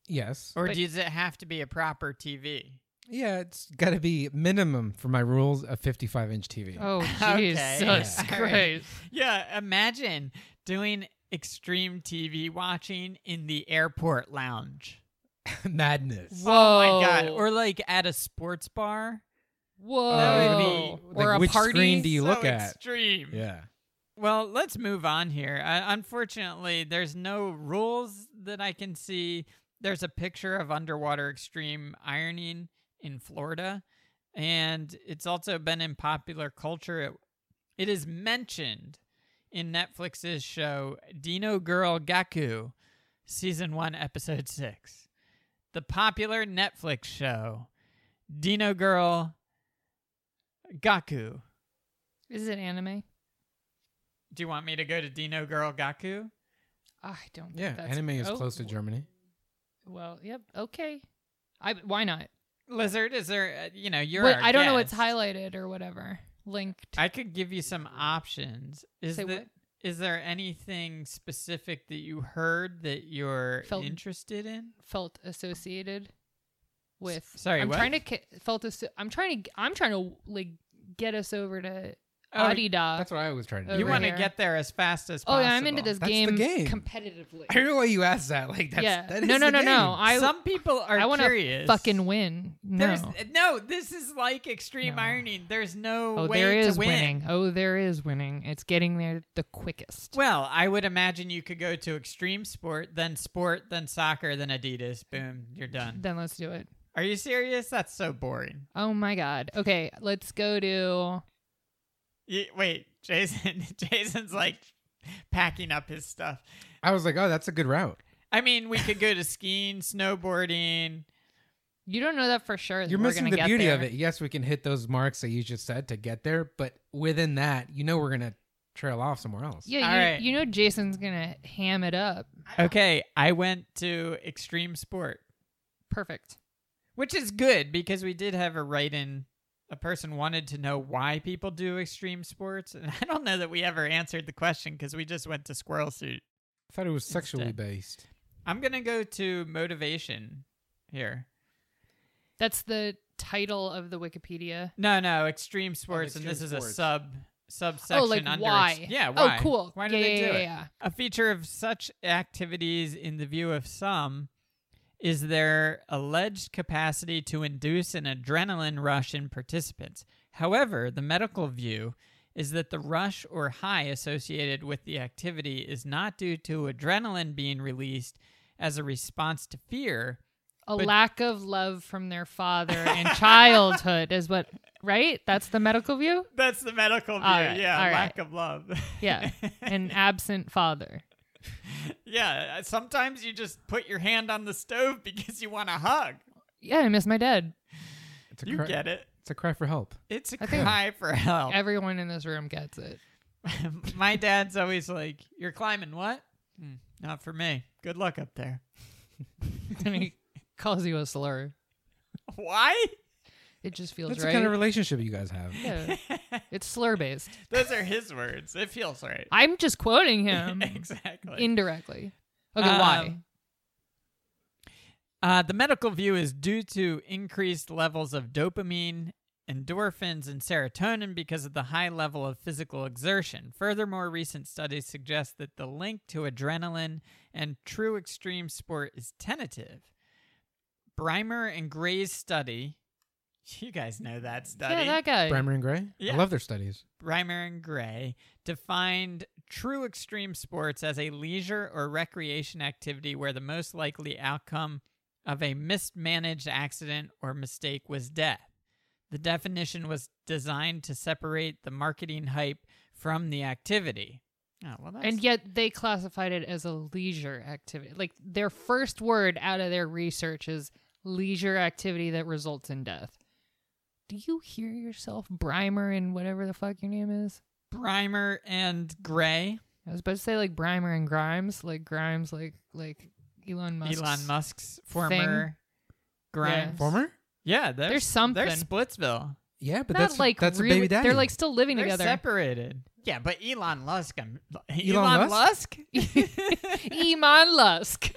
[SPEAKER 2] Yes.
[SPEAKER 1] or
[SPEAKER 3] But-
[SPEAKER 1] does it have to be a proper TV?
[SPEAKER 2] Yeah, it's got to be minimum for my rules a 55 inch TV.
[SPEAKER 3] Oh
[SPEAKER 1] Okay.
[SPEAKER 3] Jesus
[SPEAKER 1] Yeah.
[SPEAKER 3] Christ!
[SPEAKER 1] Yeah, imagine doing extreme TV watching in the airport lounge.
[SPEAKER 2] Madness.
[SPEAKER 3] Whoa!
[SPEAKER 1] Oh my god! Or like at a sports bar.
[SPEAKER 3] whoa!
[SPEAKER 2] That
[SPEAKER 1] would be-
[SPEAKER 3] or
[SPEAKER 2] like,
[SPEAKER 3] a
[SPEAKER 2] which
[SPEAKER 3] party?
[SPEAKER 2] screen do you- look
[SPEAKER 1] so
[SPEAKER 2] at-
[SPEAKER 1] extreme.
[SPEAKER 2] Yeah.
[SPEAKER 1] Well, let's move on here. I, unfortunately, there's no rules that I can see. There's a picture of underwater extreme ironing in Florida, and it's also been in popular culture. It, it is mentioned in Netflix's show Dino Girl Gaku, season one, episode six. The popular Netflix show Dino Girl Gaku.
[SPEAKER 3] Is it anime?
[SPEAKER 1] Do you want me to go to Dino Girl Gaku?
[SPEAKER 3] Ah, I don't. think
[SPEAKER 2] Yeah.
[SPEAKER 3] that's-
[SPEAKER 2] Anime is
[SPEAKER 3] oh,
[SPEAKER 2] close to Germany.
[SPEAKER 3] Well, yep. Okay. I why not?
[SPEAKER 1] Lizard, is there, uh, you know, you're.
[SPEAKER 3] What-
[SPEAKER 1] our
[SPEAKER 3] I don't know what's
[SPEAKER 1] guest.
[SPEAKER 3] highlighted or whatever. Linked.
[SPEAKER 1] I could give you some options. Is,
[SPEAKER 3] Say
[SPEAKER 1] the-
[SPEAKER 3] what?
[SPEAKER 1] is there anything specific that you heard that you're
[SPEAKER 3] Felt-
[SPEAKER 1] interested in?
[SPEAKER 3] felt associated with.
[SPEAKER 1] sorry,
[SPEAKER 3] I'm
[SPEAKER 1] what?
[SPEAKER 3] trying to ca- felt. Asso- I'm trying to. I'm trying to like get us over to
[SPEAKER 1] Oh,
[SPEAKER 3] Adidas.
[SPEAKER 2] That's what I was trying to
[SPEAKER 1] you
[SPEAKER 2] do.
[SPEAKER 3] over
[SPEAKER 1] want to
[SPEAKER 3] here.
[SPEAKER 1] get there as fast as
[SPEAKER 3] Oh,
[SPEAKER 1] possible.
[SPEAKER 3] yeah, I'm into this
[SPEAKER 2] That's the
[SPEAKER 3] game,
[SPEAKER 2] game.
[SPEAKER 3] competitively.
[SPEAKER 2] I don't know why you asked that. Like, that's,
[SPEAKER 3] yeah.
[SPEAKER 2] that is
[SPEAKER 3] no, no,
[SPEAKER 2] the
[SPEAKER 3] no, no.
[SPEAKER 2] game.
[SPEAKER 3] I
[SPEAKER 1] some people are
[SPEAKER 3] I wanna
[SPEAKER 1] curious.
[SPEAKER 3] fucking win. No.
[SPEAKER 1] There's uh, no. This is like extreme
[SPEAKER 3] No.
[SPEAKER 1] ironing. There's no
[SPEAKER 3] oh,
[SPEAKER 1] way
[SPEAKER 3] there is
[SPEAKER 1] to win.
[SPEAKER 3] winning. Oh, there is winning. It's getting there the quickest.
[SPEAKER 1] Well, I would imagine you could go to extreme sport, then sport, then soccer, then Adidas. Boom, you're done.
[SPEAKER 3] Then let's do it.
[SPEAKER 1] Are you serious? That's so boring.
[SPEAKER 3] Oh my god. Okay, let's go to
[SPEAKER 1] You, wait, Jason. Jason's like packing up his stuff.
[SPEAKER 2] I was like, oh, that's a good route.
[SPEAKER 1] I mean, we could go to skiing, snowboarding.
[SPEAKER 3] You don't know that for sure. that
[SPEAKER 2] You're
[SPEAKER 3] we're
[SPEAKER 2] missing
[SPEAKER 3] gonna
[SPEAKER 2] the
[SPEAKER 3] get
[SPEAKER 2] beauty of
[SPEAKER 3] there.
[SPEAKER 2] it. Yes, we can hit those marks that you just said to get there, but within that, you know we're gonna trail off somewhere else.
[SPEAKER 3] Yeah,
[SPEAKER 1] All
[SPEAKER 3] you,
[SPEAKER 1] right.
[SPEAKER 3] you know Jason's gonna ham it up.
[SPEAKER 1] Okay, I went to extreme sport,
[SPEAKER 3] Perfect.
[SPEAKER 1] which is good because we did have a write-in. A person wanted to know why people do extreme sports, and I don't know that we ever answered the question because we just went to squirrel suit.
[SPEAKER 2] I thought it was sexually
[SPEAKER 1] Instead.
[SPEAKER 2] based.
[SPEAKER 1] I'm gonna go to motivation here.
[SPEAKER 3] That's the title of the Wikipedia.
[SPEAKER 1] No, no, extreme sports,
[SPEAKER 2] extreme
[SPEAKER 1] and this is a
[SPEAKER 2] sports.
[SPEAKER 1] sub subsection
[SPEAKER 3] oh, like
[SPEAKER 1] under.
[SPEAKER 3] why?
[SPEAKER 1] ex- yeah, why?
[SPEAKER 3] Oh, cool.
[SPEAKER 1] Why do
[SPEAKER 3] yeah,
[SPEAKER 1] they
[SPEAKER 3] yeah,
[SPEAKER 1] do
[SPEAKER 3] yeah,
[SPEAKER 1] it?
[SPEAKER 3] yeah.
[SPEAKER 1] A feature of such activities, in the view of some, is their alleged capacity to induce an adrenaline rush in participants. However, the medical view is that the rush or high associated with the activity is not due to adrenaline being released as a response to fear.
[SPEAKER 3] A
[SPEAKER 1] But-
[SPEAKER 3] lack of love from their father in childhood is what, right? That's the medical view?
[SPEAKER 1] That's the medical view,
[SPEAKER 3] All right,
[SPEAKER 1] yeah,
[SPEAKER 3] all right.
[SPEAKER 1] lack of love.
[SPEAKER 3] Yeah. An absent father.
[SPEAKER 1] Yeah, uh, sometimes you just put your hand on the stove because you want a hug.
[SPEAKER 3] Yeah, I miss my dad.
[SPEAKER 2] It's a
[SPEAKER 1] You
[SPEAKER 2] cry,
[SPEAKER 1] get it.
[SPEAKER 2] It's a cry for help.
[SPEAKER 1] It's a
[SPEAKER 3] I think-
[SPEAKER 1] cry for help.
[SPEAKER 3] Everyone in this room gets it.
[SPEAKER 1] My dad's always like, "You're climbing what? "Hmm, not for me. Good luck up there.
[SPEAKER 3] Then he calls you a slur.
[SPEAKER 1] Why?
[SPEAKER 3] It just feels
[SPEAKER 2] That's the
[SPEAKER 3] right.
[SPEAKER 2] kind of relationship you guys have.
[SPEAKER 3] yeah. It's slur based.
[SPEAKER 1] Those are his words. It feels right.
[SPEAKER 3] I'm just quoting him
[SPEAKER 1] exactly.
[SPEAKER 3] indirectly. Okay,
[SPEAKER 1] Um,
[SPEAKER 3] why?
[SPEAKER 1] Uh, the medical view is due to increased levels of dopamine, endorphins, and serotonin because of the high level of physical exertion. Furthermore, recent studies suggest that the link to adrenaline and true extreme sport is tentative. Brimer and Gray's study, you guys know that study.
[SPEAKER 3] Yeah, that guy.
[SPEAKER 2] Bremer and Gray.
[SPEAKER 1] Yeah.
[SPEAKER 2] I love their studies.
[SPEAKER 1] Reimer and Gray defined true extreme sports as a leisure or recreation activity where the most likely outcome of a mismanaged accident or mistake was death. The definition was designed to separate the marketing hype from the activity. Oh, well, that's,
[SPEAKER 3] And yet they classified it as a leisure activity. Like their first word out of their research is leisure activity that results in death. Do you hear yourself, Brimer, and whatever the fuck your name is?
[SPEAKER 1] Brimer and Gray,
[SPEAKER 3] I was about to say like Brimer and Grimes, like Grimes, like like Elon Musk.
[SPEAKER 1] Elon Musk's former Grimes.
[SPEAKER 3] Yes.
[SPEAKER 2] Former.
[SPEAKER 1] Yeah, they're,
[SPEAKER 3] There's something.
[SPEAKER 1] They're Splitsville.
[SPEAKER 2] Yeah, but
[SPEAKER 3] Not
[SPEAKER 2] that's
[SPEAKER 3] like
[SPEAKER 2] that's
[SPEAKER 3] really-
[SPEAKER 2] a baby daddy.
[SPEAKER 3] They're like still living
[SPEAKER 1] They're
[SPEAKER 3] together.
[SPEAKER 1] separated. Yeah, but Elon Musk. I'm,
[SPEAKER 2] Elon
[SPEAKER 1] Musk.
[SPEAKER 3] Elon Musk.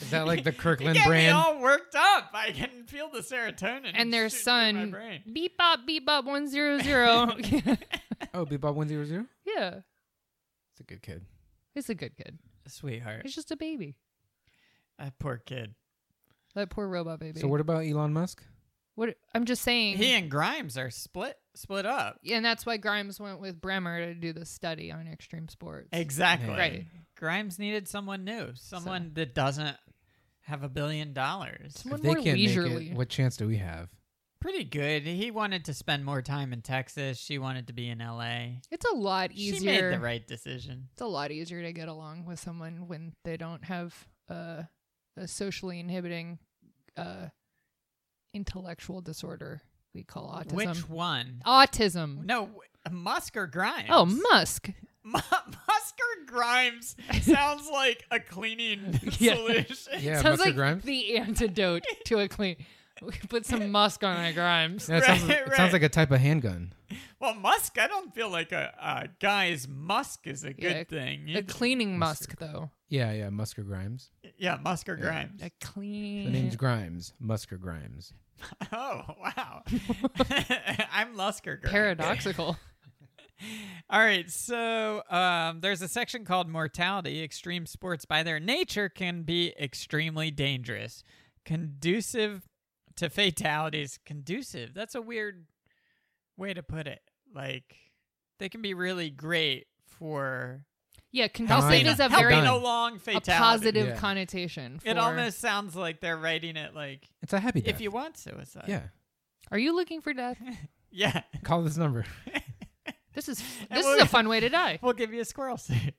[SPEAKER 2] Is that like the
[SPEAKER 1] You
[SPEAKER 2] Kirkland
[SPEAKER 1] get me
[SPEAKER 2] brand?
[SPEAKER 1] all worked up. I can feel the serotonin
[SPEAKER 3] And their
[SPEAKER 1] shoot through my
[SPEAKER 3] son-
[SPEAKER 1] brain.
[SPEAKER 3] Beep bop beep bop one zero zero.
[SPEAKER 2] oh, Bebop one zero zero.
[SPEAKER 3] Yeah.
[SPEAKER 2] It's a good kid.
[SPEAKER 3] He's a good kid.
[SPEAKER 1] Sweetheart,
[SPEAKER 3] He's just a baby.
[SPEAKER 1] that poor kid.
[SPEAKER 3] That poor robot baby.
[SPEAKER 2] So what about Elon Musk?
[SPEAKER 3] What I'm just saying
[SPEAKER 1] He and Grimes are split split up.
[SPEAKER 3] and that's why Grimes went with Bremer to do the study on extreme sports.
[SPEAKER 1] Exactly.
[SPEAKER 3] Right.
[SPEAKER 1] Grimes needed someone new, someone that doesn't have a billion dollars.
[SPEAKER 3] Someone
[SPEAKER 2] if they
[SPEAKER 3] more
[SPEAKER 2] can't
[SPEAKER 3] leisurely.
[SPEAKER 2] make it, what chance do we have?
[SPEAKER 1] Pretty good. He wanted to spend more time in Texas. She wanted to be in L.A.
[SPEAKER 3] It's a lot easier.
[SPEAKER 1] She made the right decision.
[SPEAKER 3] It's a lot easier to get along with someone when they don't have uh, a socially inhibiting uh, intellectual disorder we call autism.
[SPEAKER 1] Which one?
[SPEAKER 3] autism?
[SPEAKER 1] No, w- Musk or Grimes?
[SPEAKER 3] Oh, Musk.
[SPEAKER 1] Mu- Musk or Grimes sounds like a cleaning
[SPEAKER 3] Yeah.
[SPEAKER 1] solution.
[SPEAKER 2] Yeah,
[SPEAKER 3] Sounds
[SPEAKER 2] Mr.
[SPEAKER 3] like
[SPEAKER 2] Grimes.
[SPEAKER 3] the antidote to a clean. We put some musk on that Grimes.
[SPEAKER 2] Yeah, it, sounds,
[SPEAKER 1] Right,
[SPEAKER 2] it sounds
[SPEAKER 1] right.
[SPEAKER 2] like a type of handgun.
[SPEAKER 1] Well, Musk, I don't feel like a, a guy's Musk is a
[SPEAKER 3] Yeah,
[SPEAKER 1] good thing.
[SPEAKER 3] A
[SPEAKER 1] either.
[SPEAKER 3] cleaning musk, though.
[SPEAKER 2] Yeah, yeah, Musker Grimes.
[SPEAKER 1] yeah, Musk or
[SPEAKER 2] Yeah.
[SPEAKER 1] Grimes.
[SPEAKER 3] A
[SPEAKER 2] The name's
[SPEAKER 3] clean.
[SPEAKER 2] Grimes. Musker Grimes.
[SPEAKER 1] Oh, wow. I'm Musk or Grimes.
[SPEAKER 3] Paradoxical.
[SPEAKER 1] All right, so um, there's a section called Mortality. Extreme sports, by their nature, can be extremely dangerous, conducive to fatalities. Conducive, that's a weird way to put it. Like, they can be really great for
[SPEAKER 3] Yeah,
[SPEAKER 2] Helping-
[SPEAKER 3] conducive is a
[SPEAKER 2] helping
[SPEAKER 3] very
[SPEAKER 1] helping
[SPEAKER 2] Done.
[SPEAKER 1] along
[SPEAKER 3] a
[SPEAKER 1] fatality.
[SPEAKER 3] positive
[SPEAKER 2] Yeah.
[SPEAKER 3] connotation. For,
[SPEAKER 1] It almost sounds like they're writing it like,
[SPEAKER 2] It's a happy death.
[SPEAKER 1] if you want suicide.
[SPEAKER 2] yeah,
[SPEAKER 3] Are you looking for death?
[SPEAKER 1] Yeah.
[SPEAKER 2] call this number.
[SPEAKER 3] This is
[SPEAKER 1] And
[SPEAKER 3] this
[SPEAKER 1] we'll-
[SPEAKER 3] is a fun way to die.
[SPEAKER 1] We'll give you a squirrel suit.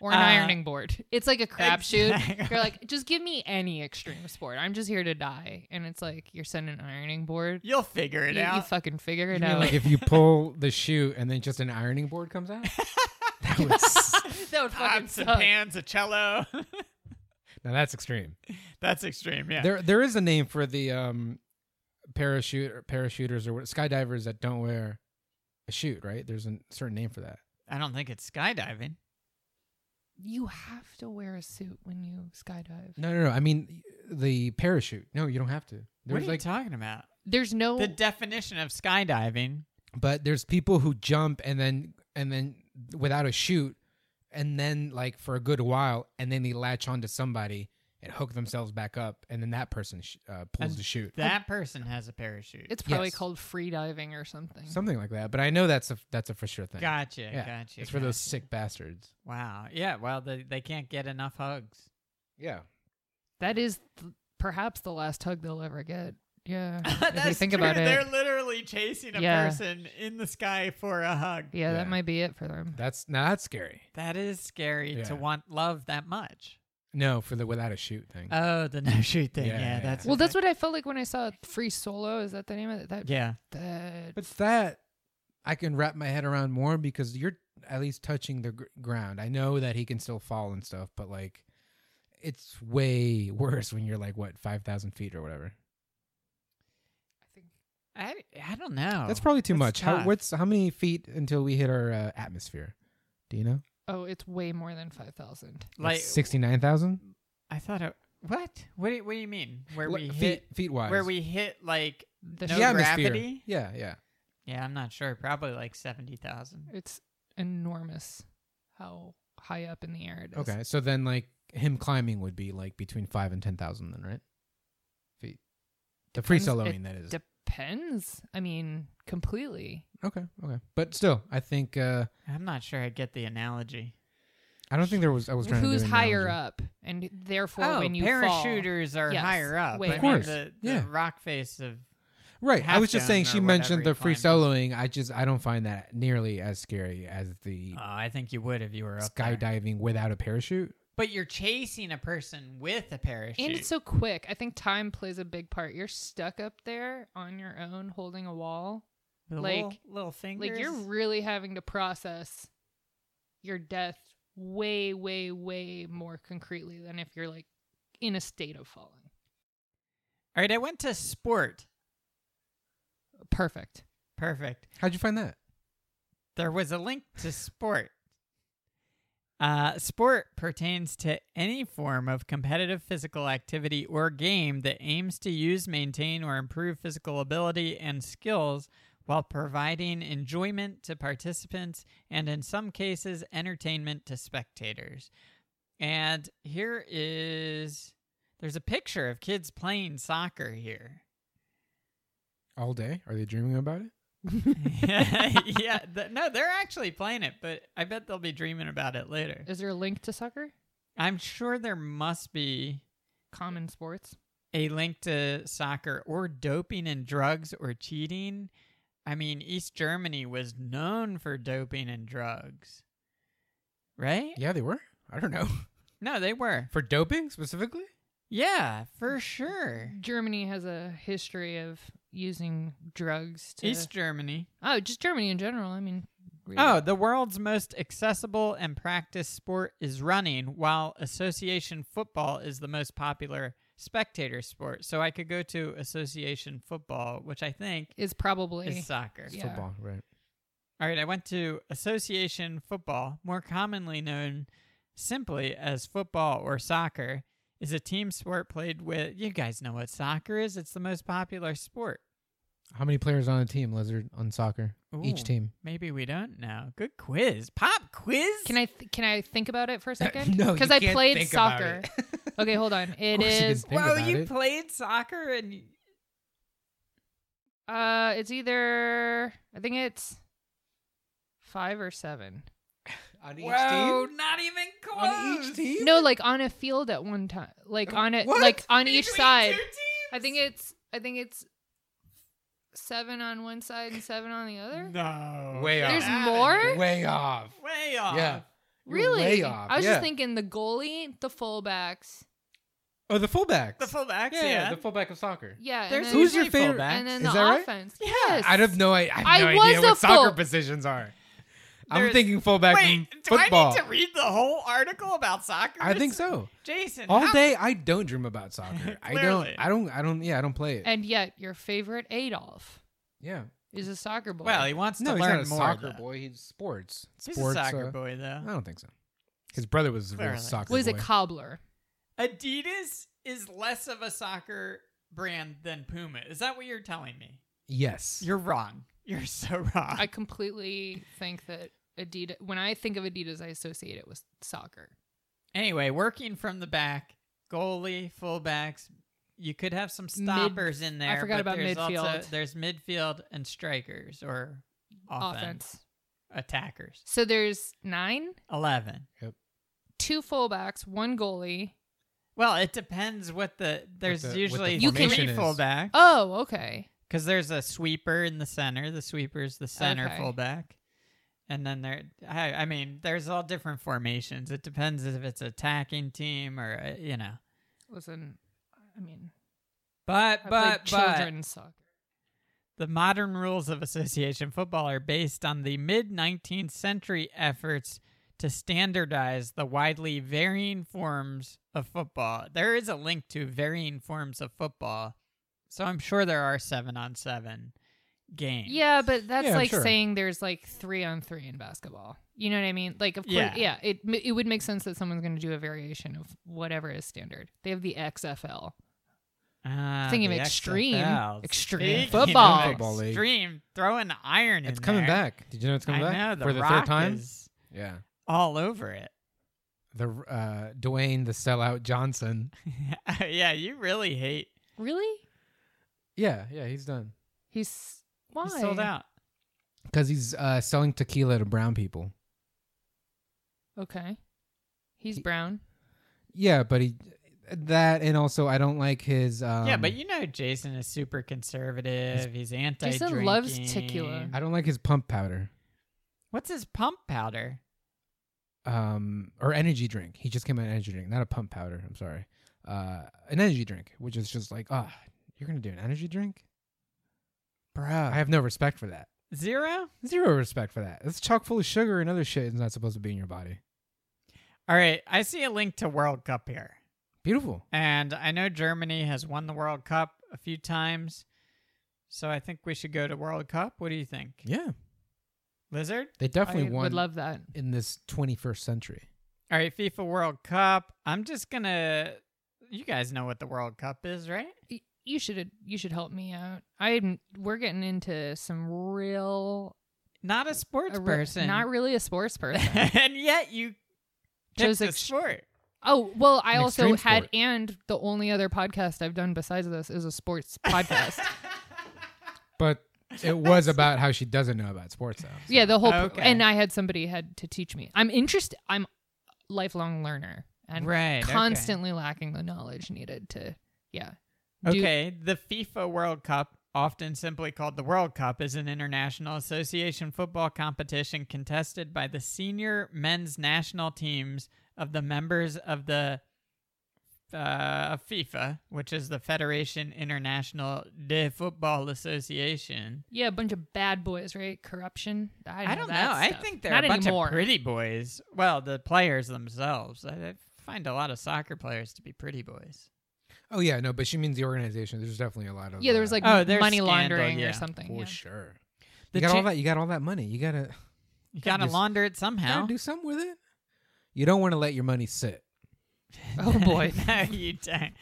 [SPEAKER 3] Or an
[SPEAKER 1] Uh,
[SPEAKER 3] ironing board. It's like a crapshoot.
[SPEAKER 1] Exactly.
[SPEAKER 3] You're like, just give me any extreme sport. I'm just here to die. And it's like you're sending an ironing board.
[SPEAKER 1] You'll figure it
[SPEAKER 3] You, you
[SPEAKER 1] out.
[SPEAKER 3] fucking figure
[SPEAKER 2] You
[SPEAKER 3] it
[SPEAKER 2] mean
[SPEAKER 3] out.
[SPEAKER 2] like if you pull the shoe and then just an ironing board comes out? that would s-
[SPEAKER 3] that would fucking
[SPEAKER 1] Pots and
[SPEAKER 3] suck.
[SPEAKER 1] pans, a cello.
[SPEAKER 2] now that's extreme.
[SPEAKER 1] That's extreme. Yeah.
[SPEAKER 2] There, there is a name for the um, parachute or parachuters or what, skydivers that don't wear a chute, right? There's a certain name for that.
[SPEAKER 1] I don't think it's skydiving.
[SPEAKER 3] You have to wear a suit when you skydive.
[SPEAKER 2] No, no, no. I mean the parachute. No, you don't have to.
[SPEAKER 1] what are
[SPEAKER 2] There's
[SPEAKER 1] you
[SPEAKER 2] like, Oh.
[SPEAKER 1] talking about?
[SPEAKER 3] There's no
[SPEAKER 1] The definition of skydiving.
[SPEAKER 2] but there's people who jump and then and then without a chute, and then like for a good while, and then they latch onto somebody and hook themselves back up, and then that person sh- uh,
[SPEAKER 1] And
[SPEAKER 2] pulls the chute.
[SPEAKER 1] That person has a parachute.
[SPEAKER 3] it's probably
[SPEAKER 2] Yes.
[SPEAKER 3] called free diving or something.
[SPEAKER 2] Something like that, but I know that's a that's a for sure thing.
[SPEAKER 1] gotcha.
[SPEAKER 2] Yeah,
[SPEAKER 1] Gotcha.
[SPEAKER 2] it's for those
[SPEAKER 1] gotcha.
[SPEAKER 2] sick bastards.
[SPEAKER 1] Wow. Yeah. Well, they, they can't get enough hugs.
[SPEAKER 2] Yeah,
[SPEAKER 3] that is th- perhaps the last hug they'll ever get. Yeah. if
[SPEAKER 1] That's
[SPEAKER 3] you think
[SPEAKER 1] true.
[SPEAKER 3] about it.
[SPEAKER 1] They're literally chasing a
[SPEAKER 3] Yeah.
[SPEAKER 1] person in the sky for a hug.
[SPEAKER 3] yeah, that
[SPEAKER 2] Yeah.
[SPEAKER 3] might be it for them.
[SPEAKER 2] that's now that's scary.
[SPEAKER 1] That is scary
[SPEAKER 2] Yeah.
[SPEAKER 1] to want love that much.
[SPEAKER 2] No, for the without a shoot thing.
[SPEAKER 1] Oh, the no shoot thing. Yeah,
[SPEAKER 2] Yeah, yeah,
[SPEAKER 1] that's
[SPEAKER 2] yeah.
[SPEAKER 3] Well, that's what I felt like when I saw Free Solo. Is that the name of it? That,
[SPEAKER 1] Yeah,
[SPEAKER 3] that
[SPEAKER 2] But that I can wrap my head around more because you're at least touching the gr- ground. I know that he can still fall and stuff, but like it's way worse when you're like what 5000 feet or whatever.
[SPEAKER 3] I think
[SPEAKER 1] I I don't know.
[SPEAKER 2] that's probably too
[SPEAKER 1] Oh, that's
[SPEAKER 2] much. How
[SPEAKER 1] tough.
[SPEAKER 2] what's how many feet until we hit our uh, atmosphere? Do you know?
[SPEAKER 3] Oh, it's way more than 5,000.
[SPEAKER 1] like
[SPEAKER 2] 69,000
[SPEAKER 1] I thought. It, what? What do, you- what do you mean? Where
[SPEAKER 2] Like,
[SPEAKER 1] we
[SPEAKER 2] feet
[SPEAKER 1] hit?
[SPEAKER 2] feet wise.
[SPEAKER 1] Where we hit like?
[SPEAKER 3] The
[SPEAKER 1] No
[SPEAKER 2] the
[SPEAKER 3] sh-
[SPEAKER 2] atmosphere.
[SPEAKER 1] gravity?
[SPEAKER 2] Yeah, yeah.
[SPEAKER 1] Yeah, I'm not sure. Probably like seventy thousand.
[SPEAKER 3] It's enormous how high up in the air it is.
[SPEAKER 2] Okay. So then like him climbing would be like between 5 and 10,000 then, right? Feet. The free
[SPEAKER 3] Depends- it
[SPEAKER 2] soloing that is.
[SPEAKER 3] Depends. I mean, completely.
[SPEAKER 2] Okay, okay. But still, I think uh
[SPEAKER 1] I'm not sure. I get the analogy.
[SPEAKER 2] I don't think there was I was trying
[SPEAKER 3] Who's
[SPEAKER 2] to do an
[SPEAKER 3] higher
[SPEAKER 2] analogy.
[SPEAKER 3] up? And therefore,
[SPEAKER 1] oh,
[SPEAKER 3] when you
[SPEAKER 1] parachuters are
[SPEAKER 3] Yes,
[SPEAKER 1] higher up.
[SPEAKER 3] way
[SPEAKER 1] I
[SPEAKER 3] Of
[SPEAKER 1] mean,
[SPEAKER 2] course,
[SPEAKER 1] the,
[SPEAKER 2] yeah.
[SPEAKER 1] the rock face of.
[SPEAKER 2] Right. I
[SPEAKER 1] half
[SPEAKER 2] was just
[SPEAKER 1] dome
[SPEAKER 2] saying
[SPEAKER 1] or
[SPEAKER 2] she
[SPEAKER 1] whatever
[SPEAKER 2] mentioned
[SPEAKER 1] you
[SPEAKER 2] the free
[SPEAKER 1] climb
[SPEAKER 2] soloing. I just I don't find that nearly as scary as the
[SPEAKER 1] Oh, I think you would if you were up there.
[SPEAKER 2] skydiving without a parachute.
[SPEAKER 1] But you're chasing a person with a parachute.
[SPEAKER 3] fall. And it's so quick. I think time plays a big part. You're stuck up there on your own holding a wall.
[SPEAKER 1] The
[SPEAKER 3] like-
[SPEAKER 1] little, little fingers.
[SPEAKER 3] Like, you're really having to process your death way, way, way more concretely than if you're like in a state of falling.
[SPEAKER 1] All right, I went to sport.
[SPEAKER 3] Perfect.
[SPEAKER 1] Perfect.
[SPEAKER 2] How'd you find that?
[SPEAKER 1] There was a link to sport. Uh, sport pertains to any form of competitive physical activity or game that aims to use, maintain, or improve physical ability and skills while providing enjoyment to participants and, in some cases, entertainment to spectators. And here is there's a picture of kids playing soccer here.
[SPEAKER 2] All day? Are they dreaming about it?
[SPEAKER 1] yeah, th- no, they're actually playing it, but I bet they'll be dreaming about it later.
[SPEAKER 3] Is there a link to soccer?
[SPEAKER 1] I'm sure there must be
[SPEAKER 3] Common sports.
[SPEAKER 1] a link to soccer or doping and drugs or cheating. I mean, East Germany was known for doping and drugs, right?
[SPEAKER 2] Yeah, they were. I don't know.
[SPEAKER 1] No, they were.
[SPEAKER 2] For doping specifically?
[SPEAKER 1] Yeah, for sure.
[SPEAKER 3] Germany has a history of using drugs to.
[SPEAKER 1] East Germany.
[SPEAKER 3] oh, just Germany in general. I mean. really.
[SPEAKER 1] Oh, the world's most accessible and practiced sport is running, while association football is the most popular spectator sport. So I could go to association football, which I think
[SPEAKER 3] Is probably.
[SPEAKER 1] is soccer.
[SPEAKER 3] Yeah.
[SPEAKER 2] Football, right.
[SPEAKER 1] All right, I went to association football, more commonly known simply as football or soccer, is a team sport played with. You guys know what soccer is? It's the most popular sport.
[SPEAKER 2] How many players on a team, Lizard, on soccer? Each
[SPEAKER 1] Ooh.
[SPEAKER 2] team.
[SPEAKER 1] Maybe we don't know. Good quiz. Pop quiz?
[SPEAKER 3] Can I th- can I think about it for a second?
[SPEAKER 2] No,
[SPEAKER 3] because
[SPEAKER 2] you
[SPEAKER 3] I
[SPEAKER 2] can't
[SPEAKER 3] played
[SPEAKER 2] think about
[SPEAKER 3] soccer.
[SPEAKER 2] it.
[SPEAKER 3] okay, hold on. It
[SPEAKER 2] course you can
[SPEAKER 3] is
[SPEAKER 2] think
[SPEAKER 1] Whoa,
[SPEAKER 2] about
[SPEAKER 1] you
[SPEAKER 2] it.
[SPEAKER 1] played soccer and y-
[SPEAKER 3] uh, it's either I think it's five or seven.
[SPEAKER 2] on
[SPEAKER 1] whoa, not even close.
[SPEAKER 2] On each team?
[SPEAKER 3] No, like on a field at one time, like on it,
[SPEAKER 2] Uh, What?
[SPEAKER 3] like on each
[SPEAKER 1] Between
[SPEAKER 3] side.
[SPEAKER 1] two teams?
[SPEAKER 3] I think it's I think it's seven on one side and seven on the other.
[SPEAKER 1] no.
[SPEAKER 2] Way
[SPEAKER 1] Get
[SPEAKER 2] off.
[SPEAKER 3] There's
[SPEAKER 1] outta
[SPEAKER 3] more?
[SPEAKER 1] here.
[SPEAKER 2] Way off.
[SPEAKER 1] Way off.
[SPEAKER 2] Yeah. You're
[SPEAKER 3] really?
[SPEAKER 2] way off,
[SPEAKER 3] I was
[SPEAKER 2] yeah.
[SPEAKER 3] just thinking the goalie, the fullbacks.
[SPEAKER 2] Oh, the fullbacks.
[SPEAKER 1] The fullbacks. Yeah.
[SPEAKER 2] yeah, the fullback of soccer.
[SPEAKER 3] Yeah,
[SPEAKER 1] There's
[SPEAKER 3] and then,
[SPEAKER 2] Who's your
[SPEAKER 1] usually
[SPEAKER 2] favorite-
[SPEAKER 1] fullbacks.
[SPEAKER 3] and then
[SPEAKER 2] Is
[SPEAKER 3] the
[SPEAKER 2] that right?
[SPEAKER 3] offense.
[SPEAKER 1] Yeah.
[SPEAKER 3] Yes.
[SPEAKER 2] I have no, I, I have
[SPEAKER 3] I
[SPEAKER 2] no
[SPEAKER 3] was
[SPEAKER 2] idea
[SPEAKER 3] a
[SPEAKER 2] what soccer
[SPEAKER 3] full-
[SPEAKER 2] positions are. I'm
[SPEAKER 1] There's-
[SPEAKER 2] thinking fullback and
[SPEAKER 1] Wait, do
[SPEAKER 2] football.
[SPEAKER 1] I need to read the whole article about soccer?
[SPEAKER 2] I think
[SPEAKER 1] This-
[SPEAKER 2] so.
[SPEAKER 1] Jason.
[SPEAKER 2] All
[SPEAKER 1] how-
[SPEAKER 2] day I don't dream about soccer. I don't
[SPEAKER 1] Clearly.
[SPEAKER 2] I don't I don't yeah, I don't play it.
[SPEAKER 3] And yet, your favorite Adolf
[SPEAKER 2] yeah.
[SPEAKER 3] is a soccer boy.
[SPEAKER 1] Well, he wants to
[SPEAKER 2] No, he's
[SPEAKER 1] learn
[SPEAKER 2] not a
[SPEAKER 1] more.
[SPEAKER 2] soccer
[SPEAKER 1] though.
[SPEAKER 2] boy. He's sports.
[SPEAKER 1] He's
[SPEAKER 2] sports,
[SPEAKER 1] a soccer
[SPEAKER 2] uh,
[SPEAKER 1] boy,
[SPEAKER 2] I
[SPEAKER 1] though.
[SPEAKER 2] don't think so. His brother was a real
[SPEAKER 1] Clearly.
[SPEAKER 2] soccer
[SPEAKER 3] was
[SPEAKER 2] boy.
[SPEAKER 3] a cobbler.
[SPEAKER 1] Adidas is less of a soccer brand than Puma. Is that what you're telling me?
[SPEAKER 2] yes.
[SPEAKER 1] You're wrong. You're so wrong.
[SPEAKER 3] I completely think that Adidas. When I think of Adidas, I associate it with soccer.
[SPEAKER 1] Anyway, working from the back, goalie, fullbacks. You could have some stoppers in there.
[SPEAKER 3] forgot
[SPEAKER 1] but
[SPEAKER 3] about
[SPEAKER 1] there's Also,
[SPEAKER 3] midfield.
[SPEAKER 1] there's midfield and strikers or offense,
[SPEAKER 3] Offense.
[SPEAKER 1] attackers.
[SPEAKER 3] So there's nine,
[SPEAKER 1] Eleven.
[SPEAKER 3] two fullbacks, one goalie.
[SPEAKER 1] Well, it depends what the there's
[SPEAKER 2] the- what the
[SPEAKER 1] usually
[SPEAKER 3] You can-
[SPEAKER 1] three
[SPEAKER 2] formation is.
[SPEAKER 1] fullbacks
[SPEAKER 3] Oh, okay.
[SPEAKER 1] because there's a sweeper in the center. The sweeper's the center
[SPEAKER 3] Okay.
[SPEAKER 1] fullback, and then there. I, I mean, there's all different formations. It depends if it's attacking team or uh, you know.
[SPEAKER 3] Listen, I mean,
[SPEAKER 1] But
[SPEAKER 3] I
[SPEAKER 1] but
[SPEAKER 3] played
[SPEAKER 1] but
[SPEAKER 3] children's soccer.
[SPEAKER 1] The modern rules of association football are based on the mid 19th century efforts to standardize the widely varying forms of football. There is a link to varying forms of football, so I'm sure there are seven on seven games.
[SPEAKER 3] Yeah, but that's
[SPEAKER 2] Yeah,
[SPEAKER 3] like
[SPEAKER 2] sure.
[SPEAKER 3] saying there's like three on three in basketball. You know what I mean? Like, of course,
[SPEAKER 1] Yeah.
[SPEAKER 3] yeah. it it would make sense that someone's going to do a variation of whatever is standard. They have the XFL.
[SPEAKER 1] Ah,
[SPEAKER 3] Thinking of
[SPEAKER 1] the
[SPEAKER 3] extreme-
[SPEAKER 1] XFL.
[SPEAKER 3] extreme
[SPEAKER 1] Speaking of
[SPEAKER 3] football.
[SPEAKER 2] Football league.
[SPEAKER 1] Extreme throwing iron.
[SPEAKER 2] it's
[SPEAKER 1] in
[SPEAKER 2] coming
[SPEAKER 1] there.
[SPEAKER 2] back. Did you know it's coming
[SPEAKER 1] I
[SPEAKER 2] back
[SPEAKER 1] know the
[SPEAKER 2] for the
[SPEAKER 1] Rock
[SPEAKER 2] third time?
[SPEAKER 1] is
[SPEAKER 2] Yeah.
[SPEAKER 1] all over it.
[SPEAKER 2] The uh Dwayne the sellout Johnson.
[SPEAKER 1] yeah, you really hate.
[SPEAKER 3] Really?
[SPEAKER 2] Yeah, yeah, he's done.
[SPEAKER 3] He's why
[SPEAKER 1] You sold out.
[SPEAKER 2] Cuz he's uh selling tequila to brown people.
[SPEAKER 3] Okay. He's
[SPEAKER 2] He-
[SPEAKER 3] brown.
[SPEAKER 2] Yeah, but he that and also I don't like his um
[SPEAKER 1] yeah, but you know Jason is super conservative. He's anti.
[SPEAKER 3] Jason loves tequila.
[SPEAKER 2] I don't like his pump powder.
[SPEAKER 1] What's his pump powder?
[SPEAKER 2] um or energy drink. He just came out with an energy drink, not a pump powder. I'm sorry, uh, an energy drink, which is just like, ah, you're gonna do an energy drink, bruh. I have no respect for that.
[SPEAKER 1] Zero.
[SPEAKER 2] Zero respect for that. It's chock full of sugar and other shit. It's not supposed to be in your body.
[SPEAKER 1] All right, I see a link to World Cup here,
[SPEAKER 2] Beautiful.
[SPEAKER 1] and I know Germany has won the World Cup a few times, So I think we should go to World Cup. What do you think?
[SPEAKER 2] Yeah,
[SPEAKER 1] Lizard?
[SPEAKER 2] they definitely
[SPEAKER 3] I
[SPEAKER 2] won
[SPEAKER 3] would love that.
[SPEAKER 2] in this 21st century.
[SPEAKER 1] All right, FIFA World Cup. I'm just going to You guys know what the World Cup is, right?
[SPEAKER 3] Y- You should you should help me out. I we're getting into some real
[SPEAKER 1] Not a sports
[SPEAKER 3] a re-
[SPEAKER 1] person.
[SPEAKER 3] not really a sports person.
[SPEAKER 1] and yet you
[SPEAKER 3] Chose
[SPEAKER 1] chose a
[SPEAKER 3] ex-
[SPEAKER 1] sport.
[SPEAKER 3] oh well, I
[SPEAKER 2] An
[SPEAKER 3] also
[SPEAKER 2] extreme
[SPEAKER 3] had
[SPEAKER 2] sport.
[SPEAKER 3] and the only other podcast I've done besides this is a sports podcast.
[SPEAKER 2] But it was about how she doesn't know about sports though. so-
[SPEAKER 3] Yeah, the whole
[SPEAKER 1] Okay.
[SPEAKER 3] and I had somebody had to teach me. I'm interested. I'm a lifelong learner and
[SPEAKER 1] right. okay.
[SPEAKER 3] constantly lacking the knowledge needed to yeah. do-
[SPEAKER 1] Okay, the FIFA World Cup, often simply called the World Cup, is an international association football competition contested by the senior men's national teams of the members of the uh, FIFA, which is the Federation International de Football Association.
[SPEAKER 3] Yeah, a bunch of bad boys, right? Corruption. I,
[SPEAKER 1] I,
[SPEAKER 3] know
[SPEAKER 1] don't know.
[SPEAKER 3] that
[SPEAKER 1] I
[SPEAKER 3] stuff.
[SPEAKER 1] think they're
[SPEAKER 3] Not
[SPEAKER 1] a bunch
[SPEAKER 3] anymore.
[SPEAKER 1] of pretty boys. Well, the players themselves. I, I find a lot of soccer players to be pretty boys.
[SPEAKER 2] Oh yeah, no, but she means the organization. There's definitely a lot of
[SPEAKER 3] yeah, there
[SPEAKER 2] uh,
[SPEAKER 3] was like
[SPEAKER 1] Oh, there's
[SPEAKER 3] money
[SPEAKER 1] scandal,
[SPEAKER 3] laundering
[SPEAKER 1] yeah.
[SPEAKER 3] or something.
[SPEAKER 2] for
[SPEAKER 3] yeah.
[SPEAKER 2] sure.
[SPEAKER 1] The
[SPEAKER 2] you got
[SPEAKER 1] cha-
[SPEAKER 2] all that. You got all that money. You gotta
[SPEAKER 1] You gotta
[SPEAKER 2] Gotta do s-
[SPEAKER 1] launder it somehow.
[SPEAKER 2] gotta do something with it. You don't want to let your money sit.
[SPEAKER 3] Oh boy.
[SPEAKER 1] no, you don't.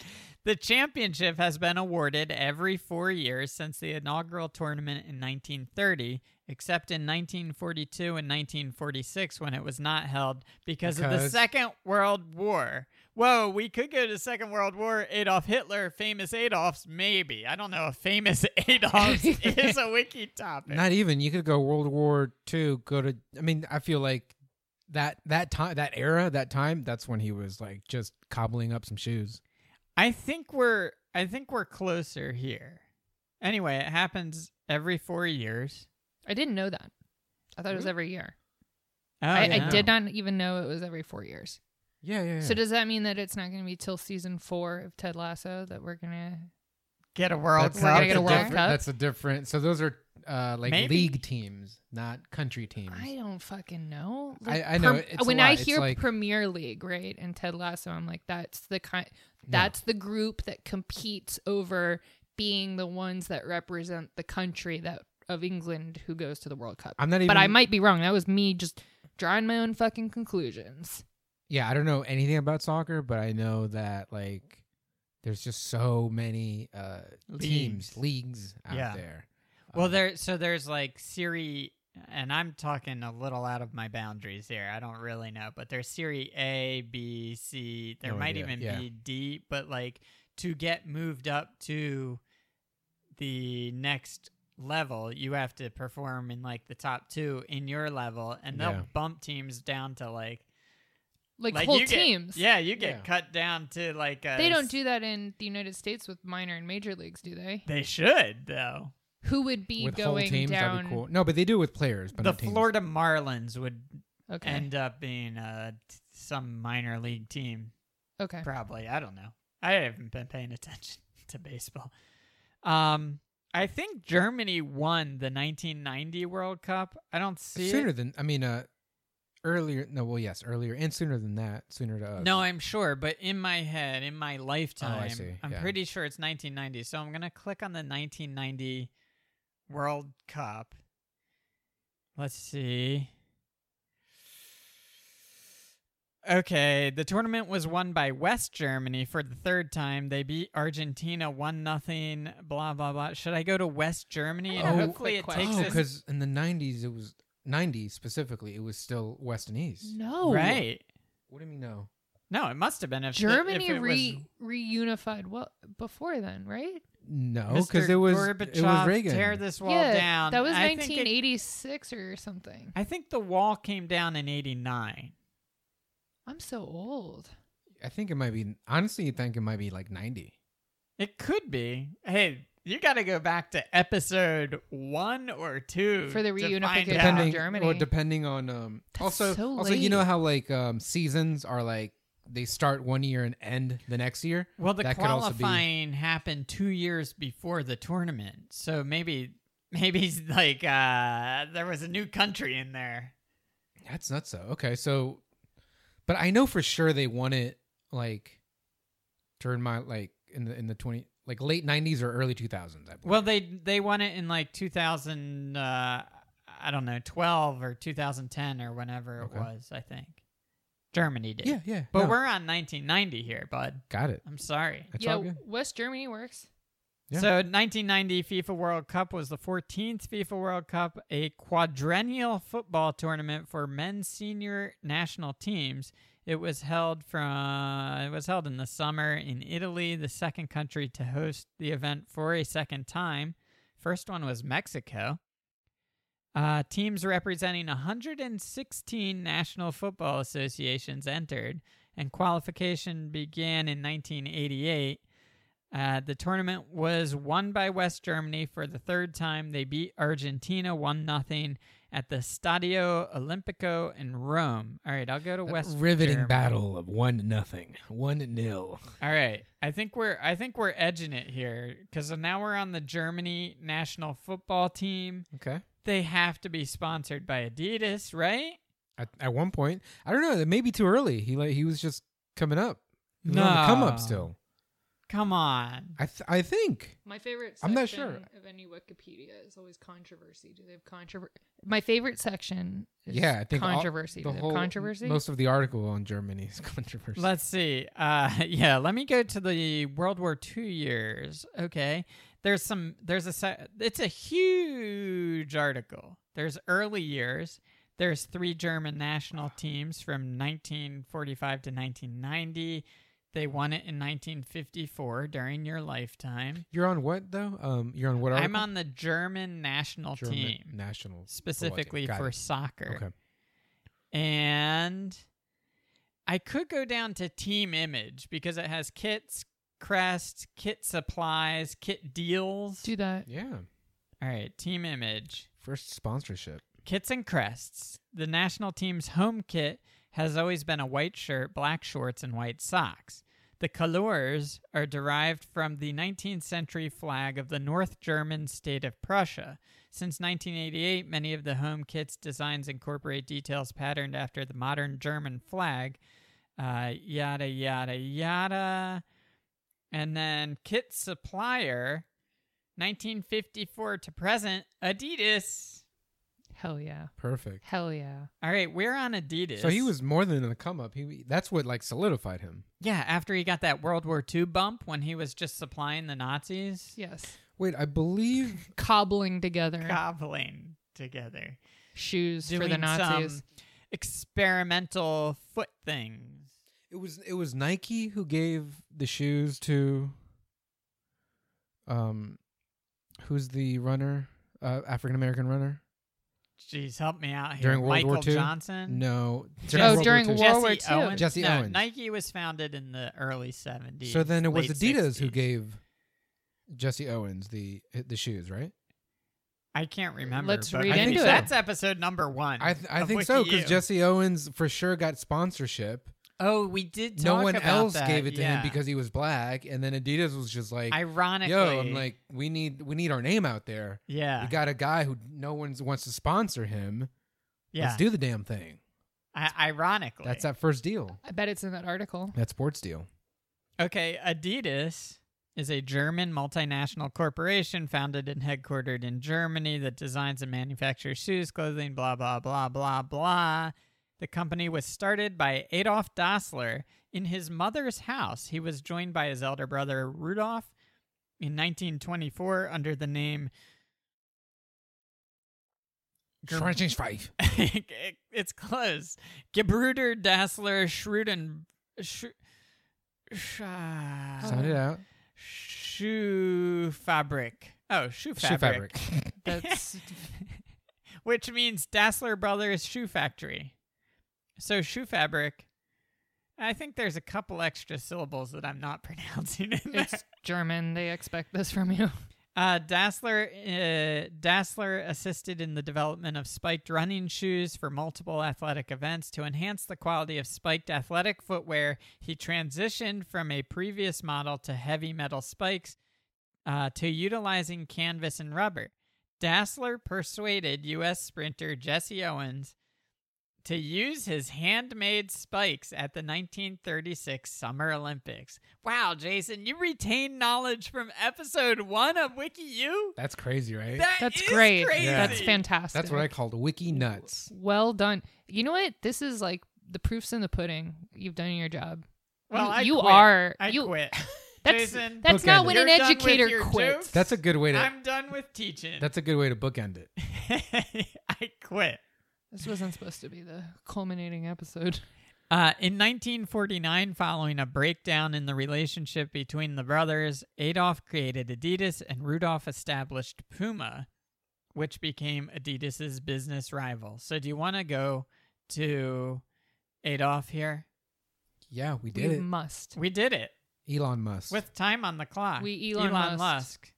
[SPEAKER 1] The championship has been awarded every four years since the inaugural tournament in 1930, except in 1942 and 1946 when it was not held because, of the
[SPEAKER 2] Because-
[SPEAKER 1] Second World War. Whoa, we could go to Second World War. Adolf Hitler, famous Adolfs, maybe. I don't know if famous Adolfs is a wiki topic.
[SPEAKER 2] Not even. You could go World War Two. Go to. I mean, I feel like that that time that era that time that's when he was like just cobbling up some shoes.
[SPEAKER 1] I think we're I think we're closer here. Anyway, it happens every four years.
[SPEAKER 3] I didn't know that. I thought it was
[SPEAKER 2] Mhm.
[SPEAKER 3] every year.
[SPEAKER 1] Oh,
[SPEAKER 3] I,
[SPEAKER 1] yeah.
[SPEAKER 3] I did not even know it was every four years.
[SPEAKER 2] Yeah, yeah. yeah.
[SPEAKER 3] So does that mean that it's not going to be till season four of Ted Lasso that we're gonna?
[SPEAKER 1] get a World
[SPEAKER 3] That's
[SPEAKER 1] Cup.
[SPEAKER 3] not- get a World
[SPEAKER 2] different,
[SPEAKER 3] Cup?
[SPEAKER 2] That's a different. So those are uh, like
[SPEAKER 1] Maybe.
[SPEAKER 2] league teams, not country teams.
[SPEAKER 3] I don't fucking know.
[SPEAKER 2] I- I know, it's a
[SPEAKER 3] when
[SPEAKER 2] lot.
[SPEAKER 3] I
[SPEAKER 2] It's
[SPEAKER 3] hear
[SPEAKER 2] like-
[SPEAKER 3] Premier League, right, and Ted Lasso, I'm like, that's the kind.
[SPEAKER 2] No.
[SPEAKER 3] That's the group that competes over being the ones that represent the country that of England who goes to the World Cup.
[SPEAKER 2] I'm not even.
[SPEAKER 3] but I might be wrong. That was me just drawing my own fucking conclusions.
[SPEAKER 2] Yeah, I don't know anything about soccer, but I know that like there's just so many uh,
[SPEAKER 1] Leagues.
[SPEAKER 2] teams, leagues out
[SPEAKER 1] Yeah.
[SPEAKER 2] there.
[SPEAKER 1] Well,
[SPEAKER 2] Uh,
[SPEAKER 1] there. So there's like Serie, and I'm talking a little out of my boundaries here. I don't really know, but there's Serie A, B, C. There
[SPEAKER 2] No
[SPEAKER 1] might
[SPEAKER 2] idea.
[SPEAKER 1] even
[SPEAKER 2] Yeah.
[SPEAKER 1] be D. But like to get moved up to the next level, you have to perform in like the top two in your level, and they'll
[SPEAKER 2] Yeah.
[SPEAKER 1] bump teams down to like
[SPEAKER 3] Like, whole
[SPEAKER 1] you get-
[SPEAKER 3] teams.
[SPEAKER 1] yeah, you get
[SPEAKER 2] Yeah.
[SPEAKER 1] cut down to like a
[SPEAKER 3] They don't
[SPEAKER 1] s-
[SPEAKER 3] do that in the United States with minor and major leagues, do they?
[SPEAKER 1] They should though.
[SPEAKER 3] Who would be
[SPEAKER 2] with whole
[SPEAKER 3] going
[SPEAKER 2] teams,
[SPEAKER 3] down?
[SPEAKER 2] that'd be cool. No, but they do it with players, but
[SPEAKER 1] The
[SPEAKER 2] not teams.
[SPEAKER 1] Florida Marlins would
[SPEAKER 3] Okay.
[SPEAKER 1] end up being uh, t- some minor league team,
[SPEAKER 3] okay.
[SPEAKER 1] probably. I don't know. I haven't been paying attention to baseball. Um, I think Germany won the 1990 World Cup. I don't see
[SPEAKER 2] sooner
[SPEAKER 1] it.
[SPEAKER 2] than I mean, uh, earlier. No, well, yes, earlier and sooner than that. Sooner to uh, us. Oh,
[SPEAKER 1] No, I'm sure, but in my head, in my lifetime,
[SPEAKER 2] see.
[SPEAKER 1] I'm
[SPEAKER 2] Yeah.
[SPEAKER 1] pretty sure it's 1990. So I'm gonna click on the 1990 World Cup. Let's see. Okay, the tournament was won by West Germany for the third time. They beat Argentina one nothing. Blah blah blah. Should I go to West Germany?
[SPEAKER 3] I
[SPEAKER 1] And
[SPEAKER 2] have a
[SPEAKER 1] hopefully it
[SPEAKER 3] quick
[SPEAKER 1] takes
[SPEAKER 2] oh,
[SPEAKER 1] us
[SPEAKER 2] because in the '90s it was '90s specifically. It was still West and East.
[SPEAKER 3] No.
[SPEAKER 1] right.
[SPEAKER 2] What do you mean? No,
[SPEAKER 1] No, it must have been if the-
[SPEAKER 3] Germany
[SPEAKER 1] if it was-
[SPEAKER 3] re- reunified well before then, right?
[SPEAKER 2] no,
[SPEAKER 1] Mr.
[SPEAKER 2] because Oh, it was
[SPEAKER 1] Gorbachev,
[SPEAKER 2] it was Reagan.
[SPEAKER 1] Tear this wall
[SPEAKER 3] yeah,
[SPEAKER 1] down.
[SPEAKER 3] that was
[SPEAKER 1] I think it-
[SPEAKER 3] 1986 or something.
[SPEAKER 1] I think the wall came down in '89.
[SPEAKER 3] I'm so old.
[SPEAKER 2] I think it might be. Honestly, I think it might be like '90.
[SPEAKER 1] It could be. Hey, you got to go back to episode one or two
[SPEAKER 3] For the
[SPEAKER 1] to find
[SPEAKER 3] reunification.
[SPEAKER 1] out.
[SPEAKER 2] depending
[SPEAKER 3] Germany.
[SPEAKER 2] or depending on um
[SPEAKER 3] That's
[SPEAKER 2] also
[SPEAKER 3] so
[SPEAKER 2] also you know
[SPEAKER 3] late.
[SPEAKER 2] how like um seasons are like they start one year and end the next year
[SPEAKER 1] Well, the
[SPEAKER 2] That could also be-
[SPEAKER 1] qualifying happened two years before the tournament, so maybe maybe it's like uh, there was a new country in there.
[SPEAKER 2] that's not so okay so but i know for sure they won it like during my like in the in the 20 like late 90s or early 2000s. I believe.
[SPEAKER 1] Well, they they won it in like 2000. Uh, I don't know, 12 or 2010 or whenever
[SPEAKER 2] Okay.
[SPEAKER 1] it was. I think Germany did.
[SPEAKER 2] yeah, yeah.
[SPEAKER 1] But
[SPEAKER 2] no,
[SPEAKER 1] we're on 1990 here, bud.
[SPEAKER 2] got it.
[SPEAKER 1] I'm sorry.
[SPEAKER 2] That's
[SPEAKER 3] yeah,
[SPEAKER 2] all good.
[SPEAKER 3] West Germany works.
[SPEAKER 2] Yeah.
[SPEAKER 1] So 1990 FIFA World Cup was the 14th FIFA World Cup, a quadrennial football tournament for men's senior national teams. It was held from it was held in the summer in Italy, the second country to host the event for a second time. First one was Mexico. Uh, teams representing 116 national football associations entered, and qualification began in 1988. Uh, the tournament was won by West Germany for the third time. They beat Argentina 1 0 at the Stadio Olimpico in Rome. All right, I'll go to
[SPEAKER 2] That
[SPEAKER 1] West
[SPEAKER 2] riveting
[SPEAKER 1] Germany.
[SPEAKER 2] battle of one nothing, one nil.
[SPEAKER 1] All right. I think we're I think we're edging it here cuz now we're on the Germany national football team.
[SPEAKER 2] Okay.
[SPEAKER 1] They have to be sponsored by Adidas, right?
[SPEAKER 2] At, at one point, I don't know. That may be too early. He like he was just coming up. He was on the come
[SPEAKER 1] No.
[SPEAKER 2] up still.
[SPEAKER 1] Come on.
[SPEAKER 2] I th- I think.
[SPEAKER 3] My favorite
[SPEAKER 2] I'm not sure.
[SPEAKER 3] section of any Wikipedia is always controversy. Do they have controversy? My favorite section is
[SPEAKER 2] yeah, I think all-
[SPEAKER 3] controversy. Do
[SPEAKER 2] the
[SPEAKER 3] they have
[SPEAKER 2] whole
[SPEAKER 3] controversy?
[SPEAKER 2] Most of the article on Germany is controversy.
[SPEAKER 1] Let's see. Uh yeah, let me go to the World War II years. Okay. There's some there's a se- it's a huge article. There's early years. There's three German national teams from 1945 to 1990. They won it in 1954 during your lifetime.
[SPEAKER 2] You're on what though? Um, you're on what article?
[SPEAKER 1] I'm on the German national
[SPEAKER 2] German
[SPEAKER 1] team,
[SPEAKER 2] national
[SPEAKER 1] specifically
[SPEAKER 2] Got
[SPEAKER 1] for
[SPEAKER 2] it.
[SPEAKER 1] soccer.
[SPEAKER 2] Okay.
[SPEAKER 1] And I could go down to team image because it has kits, crests, kit supplies, kit deals.
[SPEAKER 3] Do that.
[SPEAKER 2] Yeah.
[SPEAKER 1] All right, team image.
[SPEAKER 2] First sponsorship.
[SPEAKER 1] Kits and crests. The national team's home kit has always been a white shirt, black shorts, and white socks. The colors are derived from the 19th century flag of the North German state of Prussia. Since 1988, many of the home kits designs incorporate details patterned after the modern German flag. Uh, yada, yada, yada. And then kit supplier, 1954 to present, Adidas.
[SPEAKER 3] Hell yeah.
[SPEAKER 2] Perfect.
[SPEAKER 3] Hell yeah.
[SPEAKER 1] All right, we're on Adidas.
[SPEAKER 2] So he was more than a come up. He that's what like solidified him.
[SPEAKER 1] yeah. After he got that World War II bump when he was just supplying the Nazis,
[SPEAKER 3] Yes.
[SPEAKER 2] Wait, I believe
[SPEAKER 3] Cobbling together
[SPEAKER 1] gobbling together
[SPEAKER 3] shoes
[SPEAKER 1] doing
[SPEAKER 3] for the Nazis.
[SPEAKER 1] some experimental foot things.
[SPEAKER 2] it was it was Nike who gave the shoes to um who's the runner? Uh African American runner?
[SPEAKER 1] Jeez, help me out here.
[SPEAKER 2] During World
[SPEAKER 1] Michael
[SPEAKER 2] War II?
[SPEAKER 1] Johnson.
[SPEAKER 2] No.
[SPEAKER 1] During
[SPEAKER 3] oh,
[SPEAKER 1] World War
[SPEAKER 3] during
[SPEAKER 2] II.
[SPEAKER 3] World
[SPEAKER 1] Jesse
[SPEAKER 3] War II.
[SPEAKER 1] Owens.
[SPEAKER 2] Jesse
[SPEAKER 1] no,
[SPEAKER 2] Owens.
[SPEAKER 1] Nike was founded in the early seventies.
[SPEAKER 2] So then it was
[SPEAKER 1] late
[SPEAKER 2] Adidas who
[SPEAKER 1] 60s.
[SPEAKER 2] gave Jesse Owens the the shoes, right?
[SPEAKER 1] I can't remember.
[SPEAKER 3] Let's
[SPEAKER 1] but
[SPEAKER 3] read
[SPEAKER 1] I think
[SPEAKER 2] into it.
[SPEAKER 1] That's episode number one.
[SPEAKER 2] I th- I
[SPEAKER 1] of
[SPEAKER 2] think so because
[SPEAKER 1] WikiU.
[SPEAKER 2] Jesse Owens for sure got sponsorship.
[SPEAKER 1] Oh, we did.
[SPEAKER 2] no
[SPEAKER 1] talk
[SPEAKER 2] one
[SPEAKER 1] about
[SPEAKER 2] else
[SPEAKER 1] that,
[SPEAKER 2] gave it to
[SPEAKER 1] yeah.
[SPEAKER 2] him because he was black, and then Adidas was just like,
[SPEAKER 1] ironically,
[SPEAKER 2] "Yo, I'm like, we need we need our name out there.
[SPEAKER 1] yeah,
[SPEAKER 2] We got a guy who no one wants to sponsor him.
[SPEAKER 1] yeah.
[SPEAKER 2] Let's do the damn thing."
[SPEAKER 1] I- ironically,
[SPEAKER 2] That's that first deal.
[SPEAKER 3] I bet it's in that article.
[SPEAKER 2] That sports deal.
[SPEAKER 1] Okay, Adidas is a German multinational corporation founded and headquartered in Germany that designs and manufactures shoes, clothing, blah, blah, blah, blah, blah. The company was started by Adolf Dassler in his mother's house. He was joined by his elder brother Rudolf in 1924 under the name. Germ-
[SPEAKER 2] Trenching five.
[SPEAKER 1] it's close. Gebruder Dassler Schruden. Sch- Sch- Uh,
[SPEAKER 2] Sound it out.
[SPEAKER 1] shoe fabric. Oh, shoe fabric.
[SPEAKER 2] Shoe fabric.
[SPEAKER 3] That's
[SPEAKER 1] Which means Dassler Brothers Shoe Factory. So shoe fabric. I think there's a couple extra syllables that I'm not pronouncing in there.
[SPEAKER 3] it's German. They expect this from you.
[SPEAKER 1] Uh, Dassler uh, Dassler assisted in the development of spiked running shoes for multiple athletic events to enhance the quality of spiked athletic footwear. He transitioned from a previous model to heavy metal spikes uh, to utilizing canvas and rubber. Dassler persuaded U.S. sprinter Jesse Owens to use his handmade spikes at the 1936 Summer Olympics. Wow, Jason, you retain knowledge from episode one of WikiU?
[SPEAKER 2] That's crazy, right?
[SPEAKER 1] That
[SPEAKER 3] That's
[SPEAKER 1] is
[SPEAKER 3] great.
[SPEAKER 1] crazy.
[SPEAKER 2] Yeah.
[SPEAKER 3] That's fantastic.
[SPEAKER 2] That's what I called wiki nuts.
[SPEAKER 3] Well done. You know what? This is like the proof's in the pudding. You've done your job.
[SPEAKER 1] Well,
[SPEAKER 3] you,
[SPEAKER 1] I
[SPEAKER 3] you
[SPEAKER 1] quit.
[SPEAKER 3] are.
[SPEAKER 1] I
[SPEAKER 3] you,
[SPEAKER 1] quit.
[SPEAKER 3] That's,
[SPEAKER 1] Jason,
[SPEAKER 3] that's not
[SPEAKER 2] bookended.
[SPEAKER 3] when
[SPEAKER 1] You're
[SPEAKER 3] an
[SPEAKER 1] done with
[SPEAKER 3] educator
[SPEAKER 1] your
[SPEAKER 3] quits.
[SPEAKER 1] jokes.
[SPEAKER 2] That's a good way to.
[SPEAKER 1] I'm done with teaching.
[SPEAKER 2] that's a good way to bookend it.
[SPEAKER 1] I quit.
[SPEAKER 3] This wasn't supposed to be the culminating episode.
[SPEAKER 1] Uh, in 1949, following a breakdown in the relationship between the brothers, Adolf created Adidas and Rudolph established Puma, which became Adidas's business rival. So, do you want to go to Adolf here?
[SPEAKER 2] Yeah, we
[SPEAKER 3] We
[SPEAKER 2] did
[SPEAKER 3] must.
[SPEAKER 1] We did it
[SPEAKER 2] it. Elon Musk with
[SPEAKER 1] with time on the clock.
[SPEAKER 3] We Elon
[SPEAKER 1] Elon
[SPEAKER 3] Musked.
[SPEAKER 1] Musk.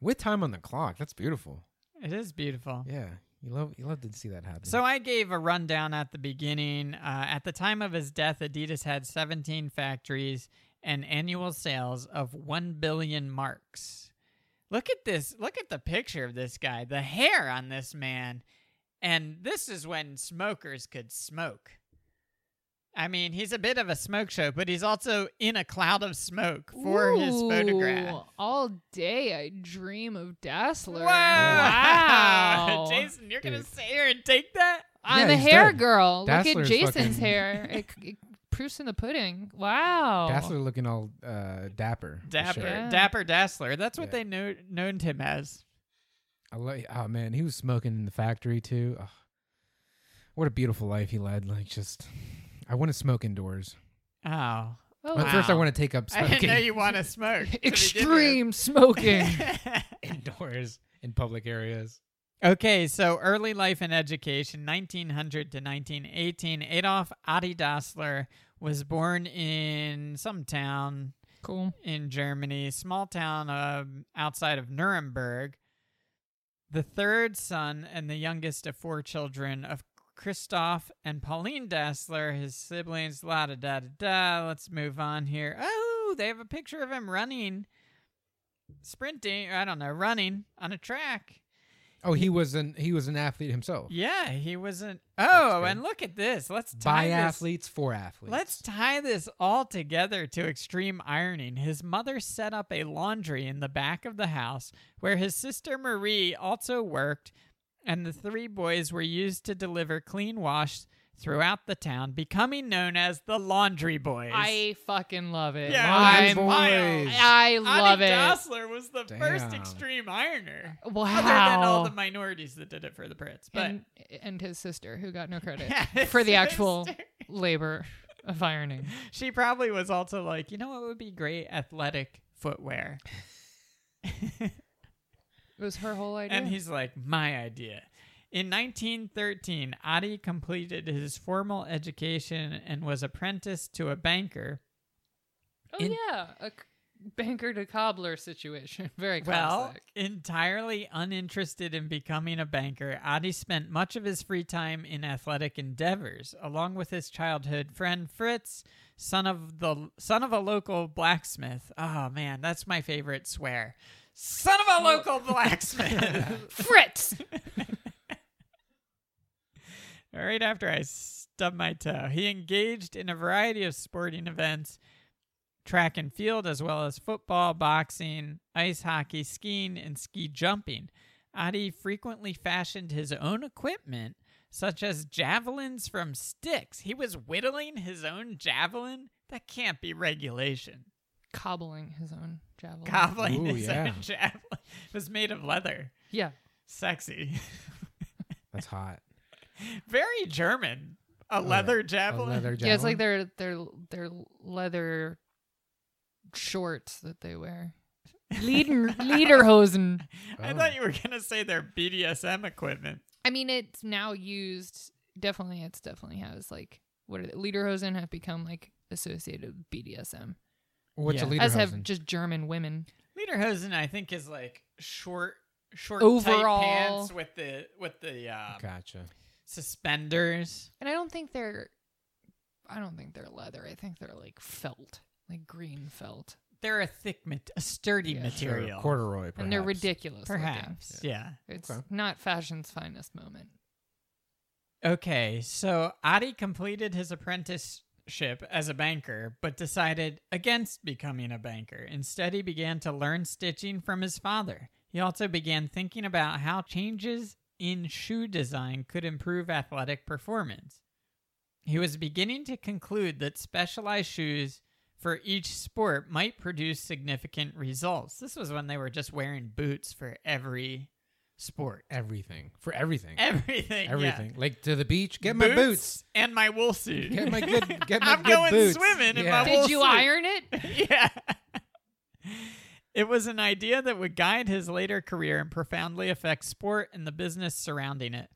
[SPEAKER 2] with time on the clock. That's beautiful.
[SPEAKER 1] It is beautiful.
[SPEAKER 2] Yeah, you love you love to see that happen.
[SPEAKER 1] So I gave a rundown at the beginning. Uh, at the time of his death, Adidas had 17 factories and annual sales of 1 billion marks. Look at this. Look at the picture of this guy. The hair on this man. And this is when smokers could smoke. I mean, he's a bit of a smoke show, but he's also in a cloud of smoke for his
[SPEAKER 3] Ooh,
[SPEAKER 1] photograph.
[SPEAKER 3] All day I dream of Dassler.
[SPEAKER 1] Wow.
[SPEAKER 3] Wow.
[SPEAKER 1] Jason, you're going to
[SPEAKER 2] Dude.
[SPEAKER 1] sit here and take that?
[SPEAKER 3] I'm
[SPEAKER 2] Yeah,
[SPEAKER 3] a
[SPEAKER 2] he's
[SPEAKER 3] hair
[SPEAKER 2] done.
[SPEAKER 3] girl. Look
[SPEAKER 2] Dassler's
[SPEAKER 3] at Jason's
[SPEAKER 2] fucking-
[SPEAKER 3] hair. It, it proofs in the pudding. Wow.
[SPEAKER 2] Dassler looking all uh, dapper. for
[SPEAKER 1] Dapper,
[SPEAKER 2] sure.
[SPEAKER 3] Yeah.
[SPEAKER 1] Dapper Dassler. That's what
[SPEAKER 2] Yeah.
[SPEAKER 1] they know, known him as.
[SPEAKER 2] I love. Oh man, he was smoking in the factory too. Ugh. What a beautiful life he led. Like just, I want to smoke indoors.
[SPEAKER 1] Oh,
[SPEAKER 3] Oh,
[SPEAKER 2] But first, I
[SPEAKER 1] Wow.
[SPEAKER 2] want to take up
[SPEAKER 1] I
[SPEAKER 2] smoking
[SPEAKER 1] didn't know you want to smoke. to begin with.
[SPEAKER 3] Extreme smoking.
[SPEAKER 2] indoors in public areas.
[SPEAKER 1] okay, so early life and education, 1900 to 1918. Adolf Adi Dassler was born in some town
[SPEAKER 3] cool.
[SPEAKER 1] in Germany, small town um, outside of Nuremberg, the third son and the youngest of four children of Christoph and Pauline Dassler, his siblings. La da da da da. Let's move on here. Oh, they have a picture of him running, sprinting. Or I don't know, running on a track.
[SPEAKER 2] Oh, he was an he was an athlete himself.
[SPEAKER 1] Yeah, he wasn't.
[SPEAKER 2] Oh. That's
[SPEAKER 1] Oh,
[SPEAKER 2] good.
[SPEAKER 1] and look at this. Let's tie
[SPEAKER 2] By
[SPEAKER 1] this.
[SPEAKER 2] athletes for athletes.
[SPEAKER 1] Let's tie this all together to extreme ironing. His mother set up a laundry in the back of the house where his sister Marie also worked, and the three boys were used to deliver clean wash throughout the town, becoming known as the Laundry Boys.
[SPEAKER 3] I fucking love it.
[SPEAKER 1] Yeah,
[SPEAKER 2] Laundry
[SPEAKER 3] I'm,
[SPEAKER 1] Boys. wild.
[SPEAKER 3] I love
[SPEAKER 1] Adi
[SPEAKER 3] it.
[SPEAKER 1] Dassler was the first
[SPEAKER 2] Damn.
[SPEAKER 1] extreme ironer.
[SPEAKER 3] Wow.
[SPEAKER 1] Other than all the minorities that did it for the Brits, but
[SPEAKER 3] and, and his sister, who got no credit
[SPEAKER 1] Yeah,
[SPEAKER 3] for the
[SPEAKER 1] his
[SPEAKER 3] actual
[SPEAKER 1] sister.
[SPEAKER 3] labor of ironing.
[SPEAKER 1] she probably was also like, you know what would be great? Athletic footwear.
[SPEAKER 3] It was her whole idea.
[SPEAKER 1] And he's like, my idea. In 1913, Adi completed his formal education and was apprenticed to a banker.
[SPEAKER 3] oh
[SPEAKER 1] in-
[SPEAKER 3] yeah, a c- banker to cobbler situation. Very
[SPEAKER 1] Well,
[SPEAKER 3] classic.
[SPEAKER 1] entirely uninterested in becoming a banker, Adi spent much of his free time in athletic endeavors, along with his childhood friend Fritz, son of the son of a local blacksmith. Oh man, that's my favorite swear. Son of a local blacksmith.
[SPEAKER 3] Fritz.
[SPEAKER 1] Right after I stubbed my toe, he engaged in a variety of sporting events, track and field, as well as football, boxing, ice hockey, skiing, and ski jumping. Adi frequently fashioned his own equipment, such as javelins from sticks. He was whittling his own javelin? That can't be regulation.
[SPEAKER 3] Cobbling his own javelin.
[SPEAKER 1] Gobbling
[SPEAKER 2] Ooh,
[SPEAKER 1] his
[SPEAKER 2] yeah.
[SPEAKER 1] own javelin It was made of leather.
[SPEAKER 3] yeah.
[SPEAKER 1] Sexy.
[SPEAKER 2] That's hot.
[SPEAKER 1] Very German. A
[SPEAKER 2] Oh, yeah.
[SPEAKER 1] leather
[SPEAKER 2] A
[SPEAKER 1] javelin.
[SPEAKER 2] leather
[SPEAKER 3] Yeah, it's like
[SPEAKER 2] javelin.
[SPEAKER 3] their their their leather shorts that they wear. Leader Lederhosen.
[SPEAKER 1] I
[SPEAKER 2] Oh.
[SPEAKER 1] thought you were gonna say their BDSM equipment.
[SPEAKER 3] I mean, it's now used. Definitely, it's definitely has like what are they? Lederhosen have become like associated with BDSM,
[SPEAKER 2] What's a
[SPEAKER 1] Yeah.
[SPEAKER 2] leader?
[SPEAKER 3] as have just German women.
[SPEAKER 1] Lederhosen, I think, is like short, short
[SPEAKER 3] Overall-
[SPEAKER 1] tight pants with the with the um,
[SPEAKER 2] gotcha.
[SPEAKER 1] suspenders.
[SPEAKER 3] And I don't think they're, I don't think they're leather. I think they're like felt, like green felt,
[SPEAKER 1] They're a thick, mat- a sturdy
[SPEAKER 3] Yeah.
[SPEAKER 2] Sure,
[SPEAKER 1] material.
[SPEAKER 2] corduroy.
[SPEAKER 3] and they're
[SPEAKER 2] perhaps.
[SPEAKER 3] ridiculous. looking.
[SPEAKER 1] Perhaps, yeah.
[SPEAKER 3] it's
[SPEAKER 2] Okay.
[SPEAKER 3] not fashion's finest moment.
[SPEAKER 1] Okay, so Adi completed his apprenticeship as a banker, but decided against becoming a banker. Instead, he began to learn stitching from his father. He also began thinking about how changes in shoe design could improve athletic performance. He was beginning to conclude that specialized shoes for each sport might produce significant results. This was when they were just wearing boots for every sport.
[SPEAKER 2] Everything for everything,
[SPEAKER 1] Everything. yeah.
[SPEAKER 2] everything. Like to the beach, get my boots.
[SPEAKER 1] and my wool suit.
[SPEAKER 2] Get my good. Get my
[SPEAKER 1] I'm
[SPEAKER 2] good
[SPEAKER 1] going
[SPEAKER 2] boots.
[SPEAKER 1] swimming in my
[SPEAKER 2] Yeah.
[SPEAKER 1] wool-
[SPEAKER 3] Did you
[SPEAKER 1] suit.
[SPEAKER 3] iron it?
[SPEAKER 1] yeah. It was an idea that would guide his later career and profoundly affect sport and the business surrounding it.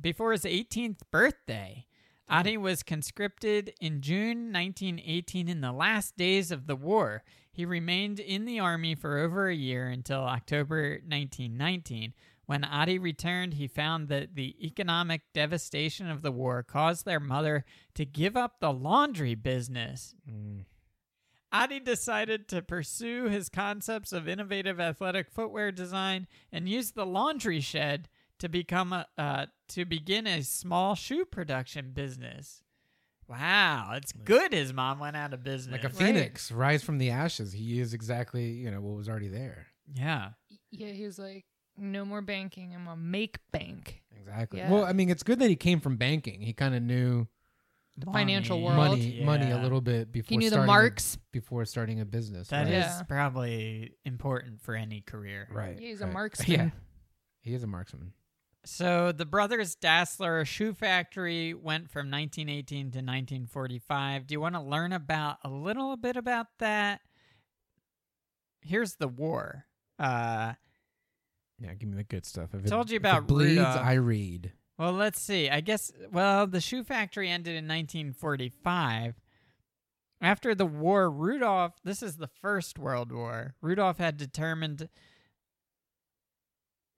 [SPEAKER 1] Before his 18th birthday, Adi was conscripted in June 1918 in the last days of the war. He remained in the army for over a year until October 1919. When Adi returned, he found that the economic devastation of the war caused their mother to give up the laundry business.
[SPEAKER 2] Mm.
[SPEAKER 1] Adi decided to pursue his concepts of innovative athletic footwear design and used the laundry shed to become a, uh, to begin a small shoe production business. Wow, it's good his mom went out of business.
[SPEAKER 2] Like a phoenix rise from the ashes. He is exactly you know what was already there.
[SPEAKER 1] Yeah.
[SPEAKER 3] Yeah, he was like, no more banking. I'm gonna make bank.
[SPEAKER 2] Exactly.
[SPEAKER 3] Yeah.
[SPEAKER 2] Well, I mean, it's good that he came from banking. He kind of knew
[SPEAKER 1] The
[SPEAKER 3] financial world.
[SPEAKER 2] money, money a
[SPEAKER 1] Yeah.
[SPEAKER 2] little bit before
[SPEAKER 3] He knew the
[SPEAKER 2] starting a-
[SPEAKER 3] marks.
[SPEAKER 2] before starting a business.
[SPEAKER 1] That is
[SPEAKER 2] right?
[SPEAKER 3] Yeah.
[SPEAKER 1] probably important for any career.
[SPEAKER 2] right.
[SPEAKER 3] Yeah, he's a
[SPEAKER 2] right.
[SPEAKER 3] marksman.
[SPEAKER 2] Yeah, he is a marksman.
[SPEAKER 1] So the brothers Dassler shoe factory went from 1918 to 1945. Do you want to learn about a little bit about that? Here's the war. Uh,
[SPEAKER 2] Yeah, give me the good stuff. If it-
[SPEAKER 1] Told you
[SPEAKER 2] if it
[SPEAKER 1] about
[SPEAKER 2] bleeds.
[SPEAKER 1] Rudolph.
[SPEAKER 2] I read.
[SPEAKER 1] well, let's see. I guess well, the shoe factory ended in 1945. After the war, Rudolf, this is the first World War. Rudolf had determined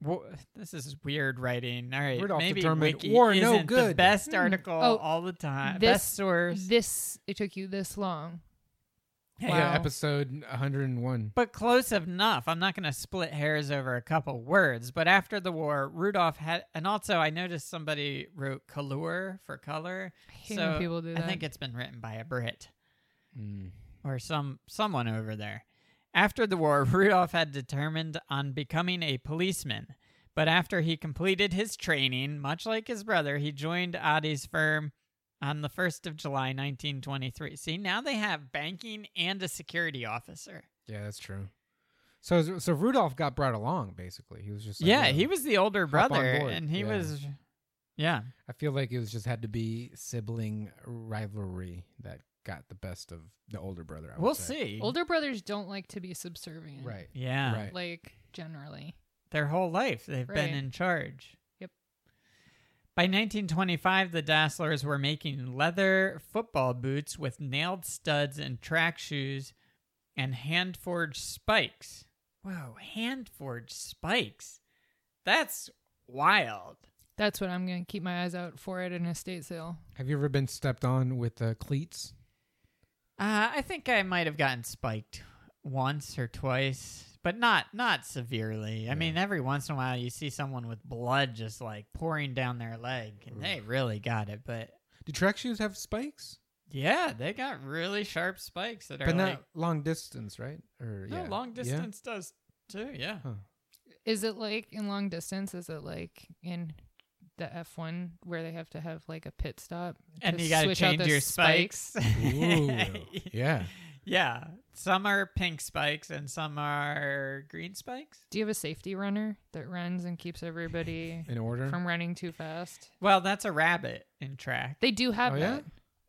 [SPEAKER 1] Wo- this is weird writing. All right,
[SPEAKER 2] Rudolph
[SPEAKER 1] maybe
[SPEAKER 2] determined
[SPEAKER 1] Wiki
[SPEAKER 2] war no
[SPEAKER 1] isn't the
[SPEAKER 2] good.
[SPEAKER 1] best
[SPEAKER 3] Hmm.
[SPEAKER 1] article
[SPEAKER 3] Oh,
[SPEAKER 1] all the time.
[SPEAKER 3] this-
[SPEAKER 1] best source.
[SPEAKER 3] This it took you this long.
[SPEAKER 2] Yeah,
[SPEAKER 3] Wow.
[SPEAKER 2] yeah, episode 101.
[SPEAKER 1] uh, But close enough. I'm not going to split hairs over a couple words. But after the war, Rudolph had, and also I noticed somebody wrote "color" for color.
[SPEAKER 3] I hate
[SPEAKER 1] So,
[SPEAKER 3] when people do
[SPEAKER 1] I
[SPEAKER 3] that.
[SPEAKER 1] think it's been written by a Brit
[SPEAKER 2] Mm.
[SPEAKER 1] or some someone over there. After the war, Rudolph had determined on becoming a policeman. But after he completed his training, much like his brother, he joined Adi's firm on the 1st of July 1923. See, now they have banking and a security officer.
[SPEAKER 2] Yeah, that's true. So so Rudolph got brought along basically. He was just like,
[SPEAKER 1] yeah,
[SPEAKER 2] "Yo."
[SPEAKER 1] he was the older
[SPEAKER 2] hop on
[SPEAKER 1] brother,
[SPEAKER 2] board.
[SPEAKER 1] and he
[SPEAKER 2] Yeah.
[SPEAKER 1] was, yeah,
[SPEAKER 2] I feel like it was just had to be sibling rivalry that got the best of the older brother. I would
[SPEAKER 1] we'll
[SPEAKER 2] say.
[SPEAKER 1] see.
[SPEAKER 3] Older brothers don't like to be subservient.
[SPEAKER 2] Right.
[SPEAKER 1] yeah,
[SPEAKER 2] Right.
[SPEAKER 3] Like generally.
[SPEAKER 1] their whole life they've been
[SPEAKER 3] Right.
[SPEAKER 1] in charge.
[SPEAKER 3] Yep.
[SPEAKER 1] By 1925, the Dasslers were making leather football boots with nailed studs and track shoes and hand forged spikes. Whoa, hand forged spikes? That's wild.
[SPEAKER 3] That's what I'm gonna keep my eyes out for at an estate sale.
[SPEAKER 2] Have you ever been stepped on with uh, cleats?
[SPEAKER 1] Uh, I think I might have gotten spiked once or twice, but not not severely. I mean, every once in a while you see someone with blood just like pouring down their leg, and they really got it. But
[SPEAKER 2] Do track shoes have spikes?
[SPEAKER 1] yeah, they got really sharp spikes that are
[SPEAKER 2] but
[SPEAKER 1] like
[SPEAKER 2] not long distance, right? Or
[SPEAKER 1] no
[SPEAKER 2] yeah.
[SPEAKER 1] long
[SPEAKER 2] Yeah?
[SPEAKER 1] distance does too. Yeah,
[SPEAKER 2] Huh.
[SPEAKER 3] Is it like in long distance? Is it like in the F one where they have to have like a pit stop?
[SPEAKER 1] and
[SPEAKER 3] to
[SPEAKER 1] you got to
[SPEAKER 3] switch out
[SPEAKER 1] change
[SPEAKER 3] the
[SPEAKER 1] your spikes.
[SPEAKER 2] Ooh. yeah.
[SPEAKER 1] yeah, some are pink spikes and some are green spikes.
[SPEAKER 3] Do you have a safety runner that runs and keeps everybody
[SPEAKER 2] In order.
[SPEAKER 3] from running too fast?
[SPEAKER 1] Well, that's a rabbit in track.
[SPEAKER 3] They do have
[SPEAKER 2] Oh, yeah?
[SPEAKER 3] that.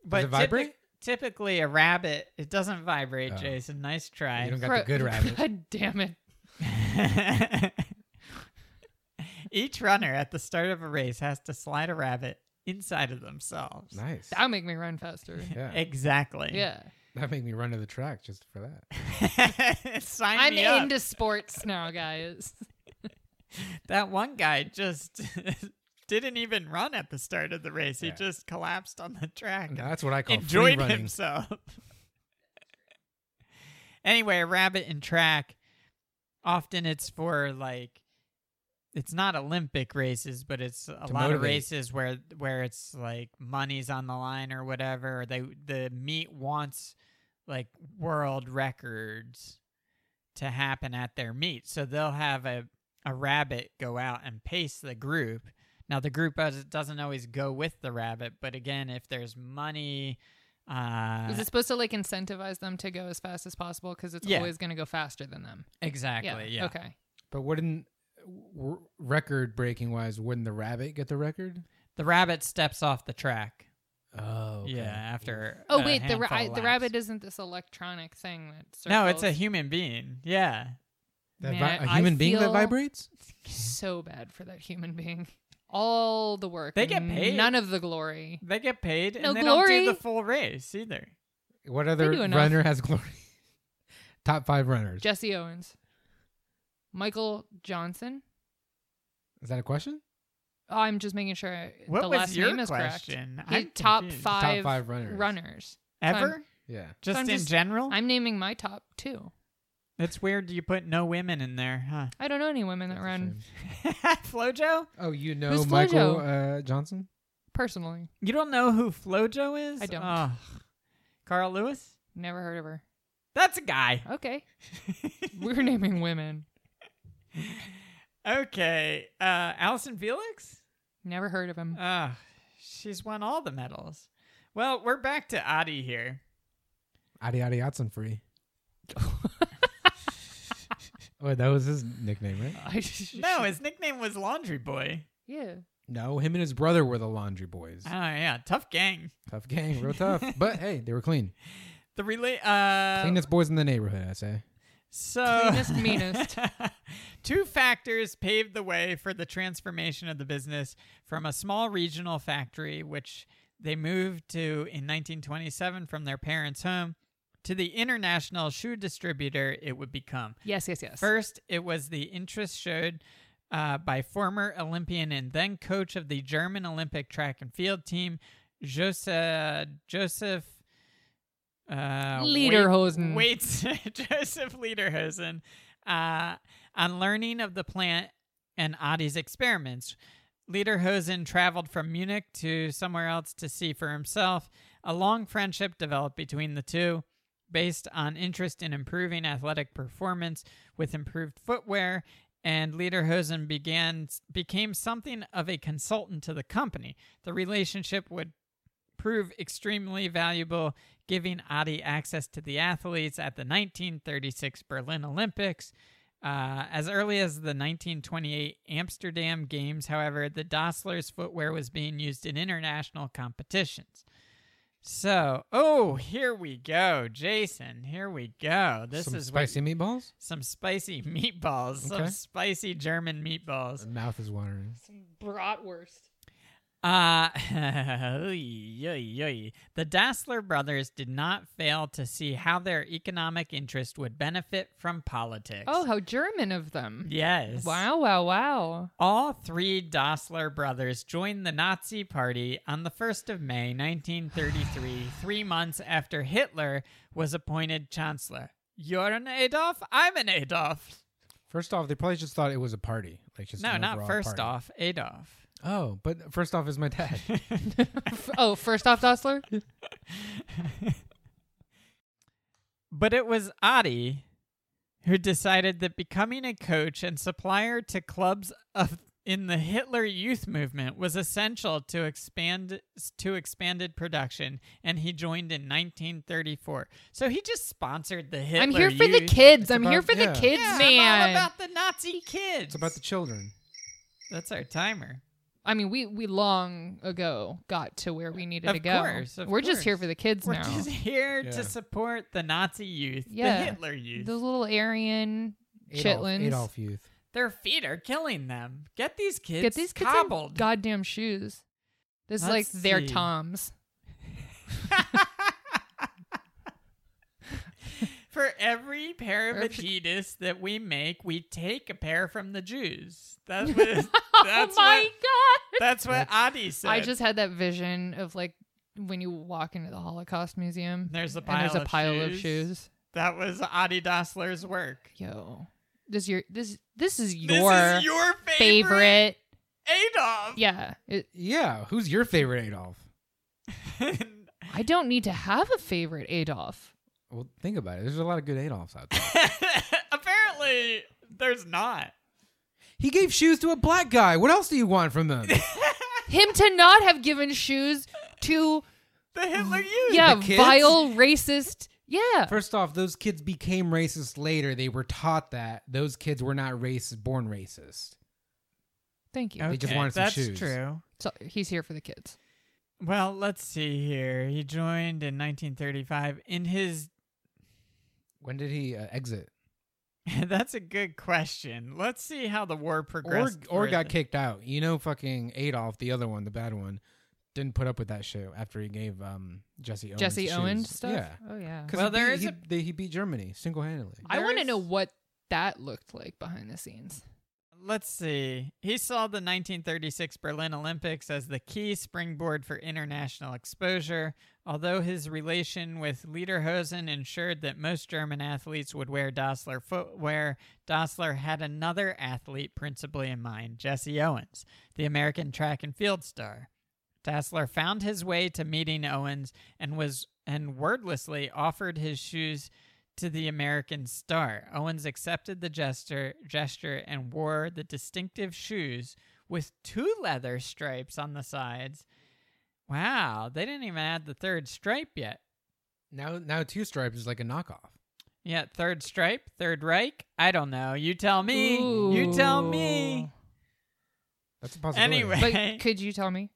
[SPEAKER 1] But
[SPEAKER 2] it vibrate?
[SPEAKER 1] typically, a rabbit it doesn't vibrate.
[SPEAKER 2] Oh.
[SPEAKER 1] Jason, nice try.
[SPEAKER 2] you don't got the good rabbit.
[SPEAKER 3] God damn it.
[SPEAKER 1] Each runner at the start of a race has to slide a rabbit inside of themselves.
[SPEAKER 2] Nice.
[SPEAKER 3] That'll make me run faster.
[SPEAKER 2] yeah.
[SPEAKER 1] Exactly.
[SPEAKER 3] yeah.
[SPEAKER 2] That made me run to the track just for that.
[SPEAKER 1] Sign
[SPEAKER 3] I'm
[SPEAKER 1] me up.
[SPEAKER 3] into sports now, guys.
[SPEAKER 1] that one guy just didn't even run at the start of the race. He
[SPEAKER 2] Yeah.
[SPEAKER 1] just collapsed on the track. and
[SPEAKER 2] That's what I call free
[SPEAKER 1] enjoyed
[SPEAKER 2] running.
[SPEAKER 1] himself. anyway, a rabbit in track, often it's for like it's not Olympic races, but it's a
[SPEAKER 2] To
[SPEAKER 1] lot of
[SPEAKER 2] motivate.
[SPEAKER 1] races where where it's like money's on the line or whatever. Or they the meet wants like world records to happen at their meet, so they'll have a a rabbit go out and pace the group. Now the group does- doesn't always go with the rabbit, but again, if there's money, uh,
[SPEAKER 3] Is it supposed to like incentivize them to go as fast as possible because it's
[SPEAKER 1] Yeah.
[SPEAKER 3] always going to go faster than them?
[SPEAKER 1] exactly, yeah.
[SPEAKER 3] Okay.
[SPEAKER 2] But wouldn't w- record breaking wise? Wouldn't the rabbit get the record?
[SPEAKER 1] The rabbit steps off the track.
[SPEAKER 2] Oh,
[SPEAKER 1] Yeah, after
[SPEAKER 3] Oh
[SPEAKER 1] a
[SPEAKER 3] wait, the ra-
[SPEAKER 1] handful
[SPEAKER 3] I,
[SPEAKER 1] of
[SPEAKER 3] the
[SPEAKER 1] laps.
[SPEAKER 3] rabbit isn't this electronic thing that. Circles.
[SPEAKER 1] No, it's a human being. Yeah.
[SPEAKER 2] That
[SPEAKER 3] Man,
[SPEAKER 2] vi- a
[SPEAKER 3] I
[SPEAKER 2] human being that
[SPEAKER 3] feel-
[SPEAKER 2] vibrates.
[SPEAKER 3] so bad for that human being. All the work.
[SPEAKER 1] They get
[SPEAKER 3] and
[SPEAKER 1] paid.
[SPEAKER 3] None of the glory.
[SPEAKER 1] They get paid
[SPEAKER 3] No
[SPEAKER 1] and they don't do
[SPEAKER 3] glory.
[SPEAKER 1] the full race either.
[SPEAKER 2] What other
[SPEAKER 3] do enough.
[SPEAKER 2] runner has glory? Top five runners.
[SPEAKER 3] Jesse Owens, Michael Johnson.
[SPEAKER 2] Is that a question?
[SPEAKER 3] Oh, I'm just making sure I-
[SPEAKER 1] What
[SPEAKER 3] the
[SPEAKER 1] was
[SPEAKER 3] last
[SPEAKER 1] your
[SPEAKER 3] name is
[SPEAKER 1] question?
[SPEAKER 3] correct.
[SPEAKER 1] I'm
[SPEAKER 3] He- top
[SPEAKER 1] confused.
[SPEAKER 2] Top
[SPEAKER 3] five,
[SPEAKER 2] five runners.
[SPEAKER 3] runners.
[SPEAKER 1] Ever?
[SPEAKER 2] Yeah.
[SPEAKER 1] just
[SPEAKER 3] I'm
[SPEAKER 1] in
[SPEAKER 3] just-
[SPEAKER 1] general?
[SPEAKER 3] I'm naming my top two.
[SPEAKER 1] it's weird you put no women in there, huh?
[SPEAKER 3] I don't know any women that
[SPEAKER 2] That's a
[SPEAKER 3] run
[SPEAKER 2] shame.
[SPEAKER 1] Flojo?
[SPEAKER 2] Oh, you know
[SPEAKER 3] Who's
[SPEAKER 2] Michael uh, Johnson?
[SPEAKER 3] personally.
[SPEAKER 1] You don't know who Flojo is?
[SPEAKER 3] I don't.
[SPEAKER 1] Ugh. Carl Lewis?
[SPEAKER 3] Never heard of her.
[SPEAKER 1] That's a guy.
[SPEAKER 3] Okay. We're naming women.
[SPEAKER 1] okay. Uh Allison Felix?
[SPEAKER 3] Never heard of him.
[SPEAKER 1] Ugh. She's won all the medals. Well, we're back to Adi here.
[SPEAKER 2] Adi Adi Otson free. Wait, that was his nickname, right?
[SPEAKER 3] I just-
[SPEAKER 1] No, his nickname was Laundry Boy.
[SPEAKER 3] Yeah.
[SPEAKER 2] No, him and his brother were the laundry boys.
[SPEAKER 1] Oh yeah, tough gang.
[SPEAKER 2] Tough gang, real tough. But hey, they were clean.
[SPEAKER 1] The relay.
[SPEAKER 3] Oh.
[SPEAKER 1] Uh,
[SPEAKER 2] Cleanest boys in the neighborhood, I say.
[SPEAKER 1] So
[SPEAKER 3] Cleanest, meanest.
[SPEAKER 1] Two factors paved the way for the transformation of the business from a small regional factory, which they moved to in 1927 from their parents' home, to the international shoe distributor it would become.
[SPEAKER 3] Yes, yes, yes.
[SPEAKER 1] First, it was the interest showed uh, by former Olympian and then coach of the German Olympic track and field team, Joseph Joseph uh,
[SPEAKER 3] Lederhosen.
[SPEAKER 1] Wait, Joseph Lederhosen, uh, on learning of the plant and Adi's experiments. Lederhosen traveled from Munich to somewhere else to see for himself. A long friendship developed between the two based on interest in improving athletic performance with improved footweare and Lederhosen began became something of a consultant to the company. The relationship would prove extremely valuable, giving Adi access to the athletes at the 1936 Berlin Olympics. Uh, as early as the 1928 Amsterdam Games, however, the Dassler's footwear was being used in international competitions. So, oh, here we go, Jason. Here we go. This
[SPEAKER 2] Some
[SPEAKER 1] is what-
[SPEAKER 2] spicy meatballs.
[SPEAKER 1] some spicy meatballs, some
[SPEAKER 2] Okay.
[SPEAKER 1] spicy German meatballs.
[SPEAKER 2] mouth is watering.
[SPEAKER 3] Some bratwurst.
[SPEAKER 1] Uh, oy, oy, oy. the Dassler brothers did not fail to see how their economic interest would benefit from politics.
[SPEAKER 3] Oh, how German of them.
[SPEAKER 1] yes.
[SPEAKER 3] Wow, wow, wow.
[SPEAKER 1] All three Dassler brothers joined the Nazi Party on the 1st of May 1933, three months after Hitler was appointed chancellor. You're an Adolf, I'm an Adolf.
[SPEAKER 2] First off, they probably just thought it was a party. Like just
[SPEAKER 1] No,
[SPEAKER 2] an
[SPEAKER 1] not
[SPEAKER 2] overall
[SPEAKER 1] first
[SPEAKER 2] party.
[SPEAKER 1] off, Adolf.
[SPEAKER 2] Oh, but first off is my dad.
[SPEAKER 3] F- oh, first off, Dossler?
[SPEAKER 1] But it was Adi who decided that becoming a coach and supplier to clubs of in the Hitler Youth movement was essential to expand to expanded production, and he joined in 1934. So he just sponsored the Hitler.
[SPEAKER 3] I'm here for the
[SPEAKER 1] Youth.
[SPEAKER 3] kids. I'm
[SPEAKER 2] about-
[SPEAKER 3] here for
[SPEAKER 2] yeah.
[SPEAKER 3] the kids,
[SPEAKER 1] Yeah,
[SPEAKER 3] man.
[SPEAKER 1] I'm all about the Nazi kids.
[SPEAKER 2] it's about the children.
[SPEAKER 1] That's our timer.
[SPEAKER 3] I mean, we we long ago got to where we needed
[SPEAKER 1] Of
[SPEAKER 3] to go.
[SPEAKER 1] course, of
[SPEAKER 3] We're just here
[SPEAKER 1] course.
[SPEAKER 3] for the kids
[SPEAKER 1] We're
[SPEAKER 3] now.
[SPEAKER 1] just here
[SPEAKER 2] Yeah.
[SPEAKER 1] to support the Nazi youth,
[SPEAKER 3] Yeah.
[SPEAKER 1] the Hitler youth.
[SPEAKER 3] Those little Aryan
[SPEAKER 2] Adolf,
[SPEAKER 3] chitlins.
[SPEAKER 2] Adolf youth.
[SPEAKER 1] Their feet are killing them. Get these kids
[SPEAKER 3] Get these kids in
[SPEAKER 1] cobbled.
[SPEAKER 3] goddamn shoes. This is like
[SPEAKER 1] Let's
[SPEAKER 3] their
[SPEAKER 1] see.
[SPEAKER 3] Toms.
[SPEAKER 1] For every pair of
[SPEAKER 3] Every-
[SPEAKER 1] Adidas that we make, we take a pair from the Jews. That's what. that's
[SPEAKER 3] oh my
[SPEAKER 1] what,
[SPEAKER 3] god!
[SPEAKER 1] That's what Adi said.
[SPEAKER 3] I just had that vision of like when you walk into the Holocaust Museum.
[SPEAKER 1] There's a
[SPEAKER 3] and there's
[SPEAKER 1] pile
[SPEAKER 3] a
[SPEAKER 1] of
[SPEAKER 3] pile of
[SPEAKER 1] shoes.
[SPEAKER 3] shoes.
[SPEAKER 1] that was Adi Dassler's work.
[SPEAKER 3] Yo, this your this this is your
[SPEAKER 1] This is your
[SPEAKER 3] favorite.
[SPEAKER 1] Adolf.
[SPEAKER 3] Yeah. It-
[SPEAKER 2] Yeah, who's your favorite Adolf?
[SPEAKER 3] I don't need to have a favorite Adolf.
[SPEAKER 2] Well, think about it. There's a lot of good Adolfs out there.
[SPEAKER 1] Apparently, there's not.
[SPEAKER 2] He gave shoes to a black guy. What else do you want from them?
[SPEAKER 3] Him to not have given shoes to
[SPEAKER 1] The Hitler Youth.
[SPEAKER 3] yeah,
[SPEAKER 2] the kids?
[SPEAKER 3] vile racist. Yeah.
[SPEAKER 2] First off, those kids became racist later. They were taught that those kids were not racist, born racist.
[SPEAKER 3] Thank you.
[SPEAKER 2] Okay. They just wanted some
[SPEAKER 1] that's
[SPEAKER 2] shoes.
[SPEAKER 1] true.
[SPEAKER 3] So he's here for the kids.
[SPEAKER 1] Well, let's see here. He joined in 1935. In his,
[SPEAKER 2] When did he uh, exit?
[SPEAKER 1] that's a good question. Let's see how the war
[SPEAKER 2] Or,
[SPEAKER 1] progressed.
[SPEAKER 2] or
[SPEAKER 1] for
[SPEAKER 2] got
[SPEAKER 1] the-
[SPEAKER 2] kicked out. You know, fucking Adolf, the other one, the bad one, didn't put up with that shit after he gave um, Jesse Owens.
[SPEAKER 3] Jesse
[SPEAKER 2] shoes.
[SPEAKER 3] Owens stuff.
[SPEAKER 2] Yeah.
[SPEAKER 3] Oh yeah.
[SPEAKER 2] Because
[SPEAKER 1] Well,
[SPEAKER 2] he,
[SPEAKER 1] there
[SPEAKER 2] beat-
[SPEAKER 1] is
[SPEAKER 2] he,
[SPEAKER 1] a-
[SPEAKER 2] they- he beat Germany single handedly.
[SPEAKER 3] I want to
[SPEAKER 1] There's-
[SPEAKER 3] know what that looked like behind the scenes.
[SPEAKER 1] Let's see. He saw the 1936 Berlin Olympics as the key springboard for international exposure, although his relation with Lederhosen ensured that most German athletes would wear Dassler footwear. Dassler had another athlete principally in mind, Jesse Owens, the American track and field star. Dassler found his way to meeting Owens and was and wordlessly offered his shoes to the American star. Owens accepted the gesture, gesture and wore the distinctive shoes with two leather stripes on the sides. Wow, they didn't even add the third stripe yet.
[SPEAKER 2] Now, now Two Stripes is like a knockoff.
[SPEAKER 1] Yeah, third stripe, third Reich. I don't know. You tell me. You tell me.
[SPEAKER 2] That's a possibility.
[SPEAKER 1] Anyway.
[SPEAKER 3] But could you tell me?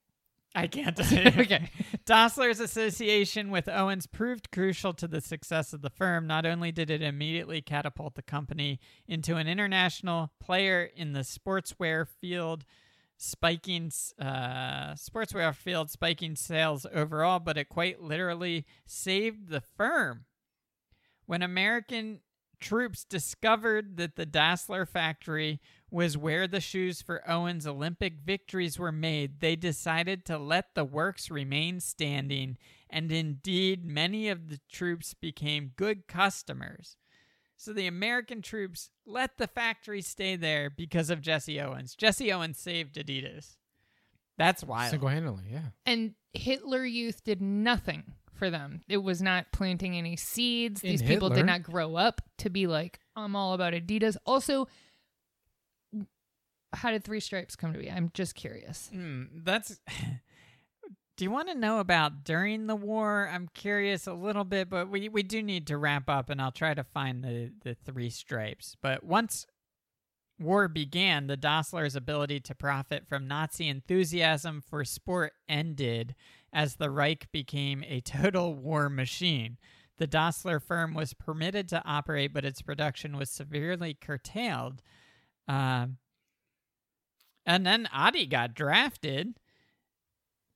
[SPEAKER 1] I can't tell you.
[SPEAKER 3] okay.
[SPEAKER 1] Dossler's association with Owens proved crucial to the success of the firm. Not only did it immediately catapult the company into an international player in the sportswear field, spiking uh, sportswear field spiking sales overall, but it quite literally saved the firm. When American troops discovered that the Dassler factory was where the shoes for Owen's Olympic victories were made, they decided to let the works remain standing, and indeed, many of the troops became good customers. So the American troops let the factory stay there because of Jesse Owens. Jesse Owens saved Adidas. That's wild.
[SPEAKER 2] Single handedly, yeah.
[SPEAKER 3] And Hitler Youth did nothing for them. It was not planting any seeds.
[SPEAKER 2] In
[SPEAKER 3] These people did
[SPEAKER 2] Hitler.
[SPEAKER 3] not grow up to be like, I'm all about Adidas. Also, how did Three Stripes come to be? I'm just curious.
[SPEAKER 1] Hmm, that's. do you want to know about during the war? I'm curious a little bit, but we, we do need to wrap up, and I'll try to find the, the three stripes. But once war began, the Dosslers' ability to profit from Nazi enthusiasm for sport ended as the Reich became a total war machine. The Dossler firm was permitted to operate, but its production was severely curtailed. Um, and then Adi got drafted.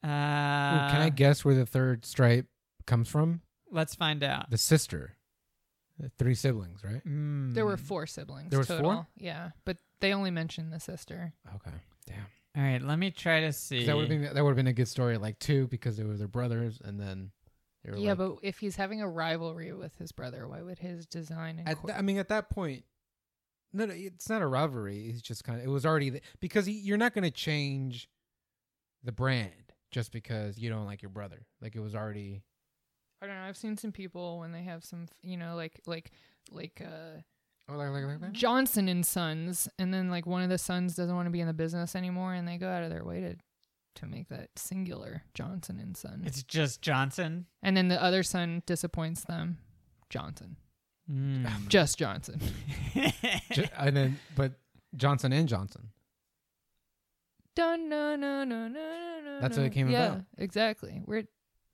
[SPEAKER 1] Uh,
[SPEAKER 2] Ooh, can I guess where the third stripe comes from?
[SPEAKER 1] Let's find out.
[SPEAKER 2] The sister. The Three siblings, right?
[SPEAKER 3] There were
[SPEAKER 1] Mm.
[SPEAKER 3] four siblings
[SPEAKER 2] Hmm. There was
[SPEAKER 3] total.
[SPEAKER 2] four?
[SPEAKER 3] Yeah. But they only mentioned the sister.
[SPEAKER 2] Okay. Damn.
[SPEAKER 1] All right, let me try to see.
[SPEAKER 2] 'Cause That would have been that would have been a good story, like two, because they were their brothers, and then they were
[SPEAKER 3] Yeah,
[SPEAKER 2] like,
[SPEAKER 3] but if he's having a rivalry with his brother, why would his design and
[SPEAKER 2] at th- I mean, at that point, no, no, it's not a rivalry. It's just kind of it was already th- because y- you're not going to change the brand just because you don't like your brother. Like it was already
[SPEAKER 3] I don't know. I've seen some people when they have some, f- you know, like like like uh
[SPEAKER 2] oh, like, like, like that?
[SPEAKER 3] Johnson and Sons, and then like one of the sons doesn't want to be in the business anymore, and they go out of their way to to make that singular Johnson and Son,
[SPEAKER 1] It's just Johnson.
[SPEAKER 3] and then the other son disappoints them. Johnson,
[SPEAKER 1] Mm.
[SPEAKER 3] just Johnson.
[SPEAKER 2] Ju- and then but Johnson and Johnson.
[SPEAKER 3] Dun no no no no no no.
[SPEAKER 2] That's what it came
[SPEAKER 3] yeah,
[SPEAKER 2] about.
[SPEAKER 3] exactly. We're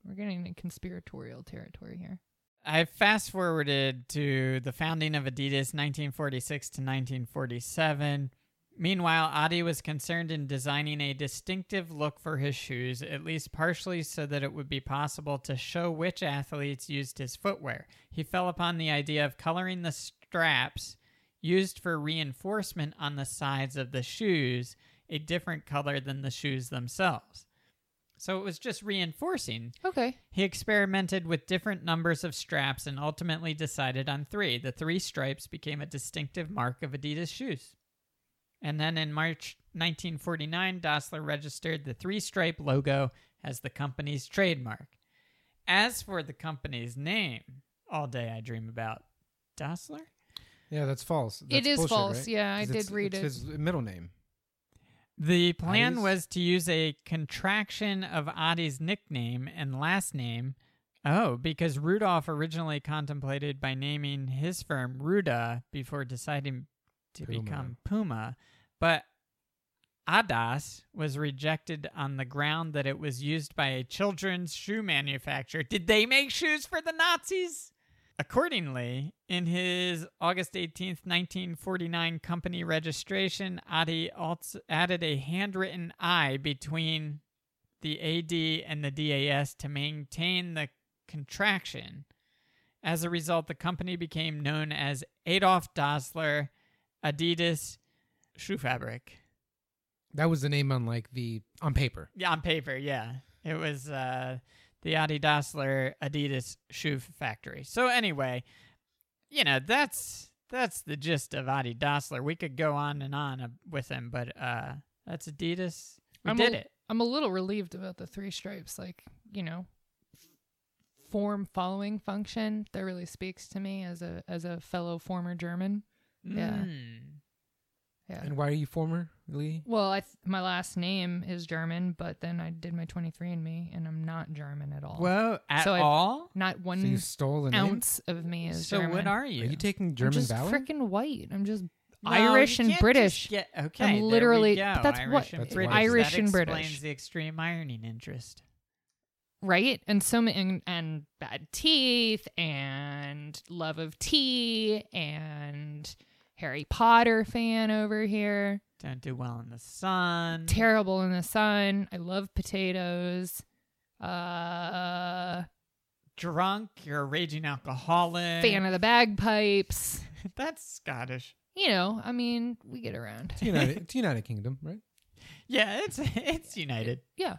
[SPEAKER 3] we're getting into conspiratorial territory here.
[SPEAKER 1] I fast forwarded to the founding of Adidas 1946 to 1947. Meanwhile, Adi was concerned in designing a distinctive look for his shoes, at least partially so that it would be possible to show which athletes used his footwear. He fell upon the idea of coloring the straps used for reinforcement on the sides of the shoes a different color than the shoes themselves. So it was just reinforcing.
[SPEAKER 3] Okay,
[SPEAKER 1] He experimented with different numbers of straps and ultimately decided on three. The three stripes became a distinctive mark of Adidas shoes. And then in March 1949, Dassler registered the three stripe logo as the company's trademark. As for the company's name, All Day I Dream About, Dassler?
[SPEAKER 2] Yeah, that's false.
[SPEAKER 3] It
[SPEAKER 2] That's
[SPEAKER 3] is
[SPEAKER 2] bullshit,
[SPEAKER 3] false.
[SPEAKER 2] right?
[SPEAKER 3] Yeah, I
[SPEAKER 2] 'Cause
[SPEAKER 3] did
[SPEAKER 2] it's-
[SPEAKER 3] read
[SPEAKER 2] it's
[SPEAKER 3] it.
[SPEAKER 2] His middle name.
[SPEAKER 1] The plan
[SPEAKER 2] Adi's?
[SPEAKER 1] was to use a contraction of Adi's nickname and last name. Oh, because Rudolph originally contemplated by naming his firm Ruda before deciding to
[SPEAKER 2] Puma.
[SPEAKER 1] become Puma, but Adas was rejected on the ground that it was used by a children's shoe manufacturer. Did they make shoes for the Nazis? Accordingly, in his August 18th, 1949 company registration, Adi also added a handwritten I between the AD and the DAS to maintain the contraction. As a result, the company became known as Adolf Dassler Adidas Shoe Fabric.
[SPEAKER 2] That was the name on like the on paper.
[SPEAKER 1] Yeah, on paper, yeah. It was uh, the Adi Dassler Adidas Shoe Factory. So anyway, you know that's that's the gist of Adi Dassler. We could go on and on uh, with him, but uh, that's Adidas. We
[SPEAKER 3] I'm
[SPEAKER 1] did
[SPEAKER 3] a-
[SPEAKER 1] it.
[SPEAKER 3] I'm a little relieved about the three stripes. Like, you know, form following function. That really speaks to me as a as a fellow former German. Yeah.
[SPEAKER 1] Mm.
[SPEAKER 3] Yeah.
[SPEAKER 2] And why are you formerly?
[SPEAKER 3] well, I th- my last name is German, but then I did my 23andMe, and I'm not German at all.
[SPEAKER 1] Whoa, at
[SPEAKER 3] So I-
[SPEAKER 1] all?
[SPEAKER 3] not
[SPEAKER 2] So you
[SPEAKER 3] one
[SPEAKER 2] stole an name?
[SPEAKER 3] ounce of me is
[SPEAKER 1] So
[SPEAKER 3] German.
[SPEAKER 1] what are
[SPEAKER 2] Are
[SPEAKER 1] you?
[SPEAKER 2] you taking
[SPEAKER 3] I'm
[SPEAKER 2] German
[SPEAKER 3] just
[SPEAKER 2] valor?
[SPEAKER 3] freaking white. I'm just
[SPEAKER 1] Well,
[SPEAKER 3] Irish
[SPEAKER 1] you
[SPEAKER 3] and
[SPEAKER 1] can't
[SPEAKER 3] British.
[SPEAKER 1] just Get, okay,
[SPEAKER 3] I'm
[SPEAKER 1] there we
[SPEAKER 3] literally-
[SPEAKER 1] go.
[SPEAKER 3] but that's
[SPEAKER 1] Irish
[SPEAKER 3] what-
[SPEAKER 1] and
[SPEAKER 2] That's
[SPEAKER 1] British.
[SPEAKER 2] why-
[SPEAKER 1] That
[SPEAKER 3] Irish and British.
[SPEAKER 1] explains the extreme ironing interest.
[SPEAKER 3] right and so many and, and bad teeth and love of tea and harry potter fan over here
[SPEAKER 1] Don't do well in the sun.
[SPEAKER 3] Mm-hmm. terrible in the sun i love potatoes uh
[SPEAKER 1] drunk. You're a raging alcoholic.
[SPEAKER 3] fan of the bagpipes
[SPEAKER 1] That's Scottish.
[SPEAKER 3] you know i mean we get around
[SPEAKER 2] It's United, it's United Kingdom, right?
[SPEAKER 1] Yeah, it's it's United.
[SPEAKER 3] yeah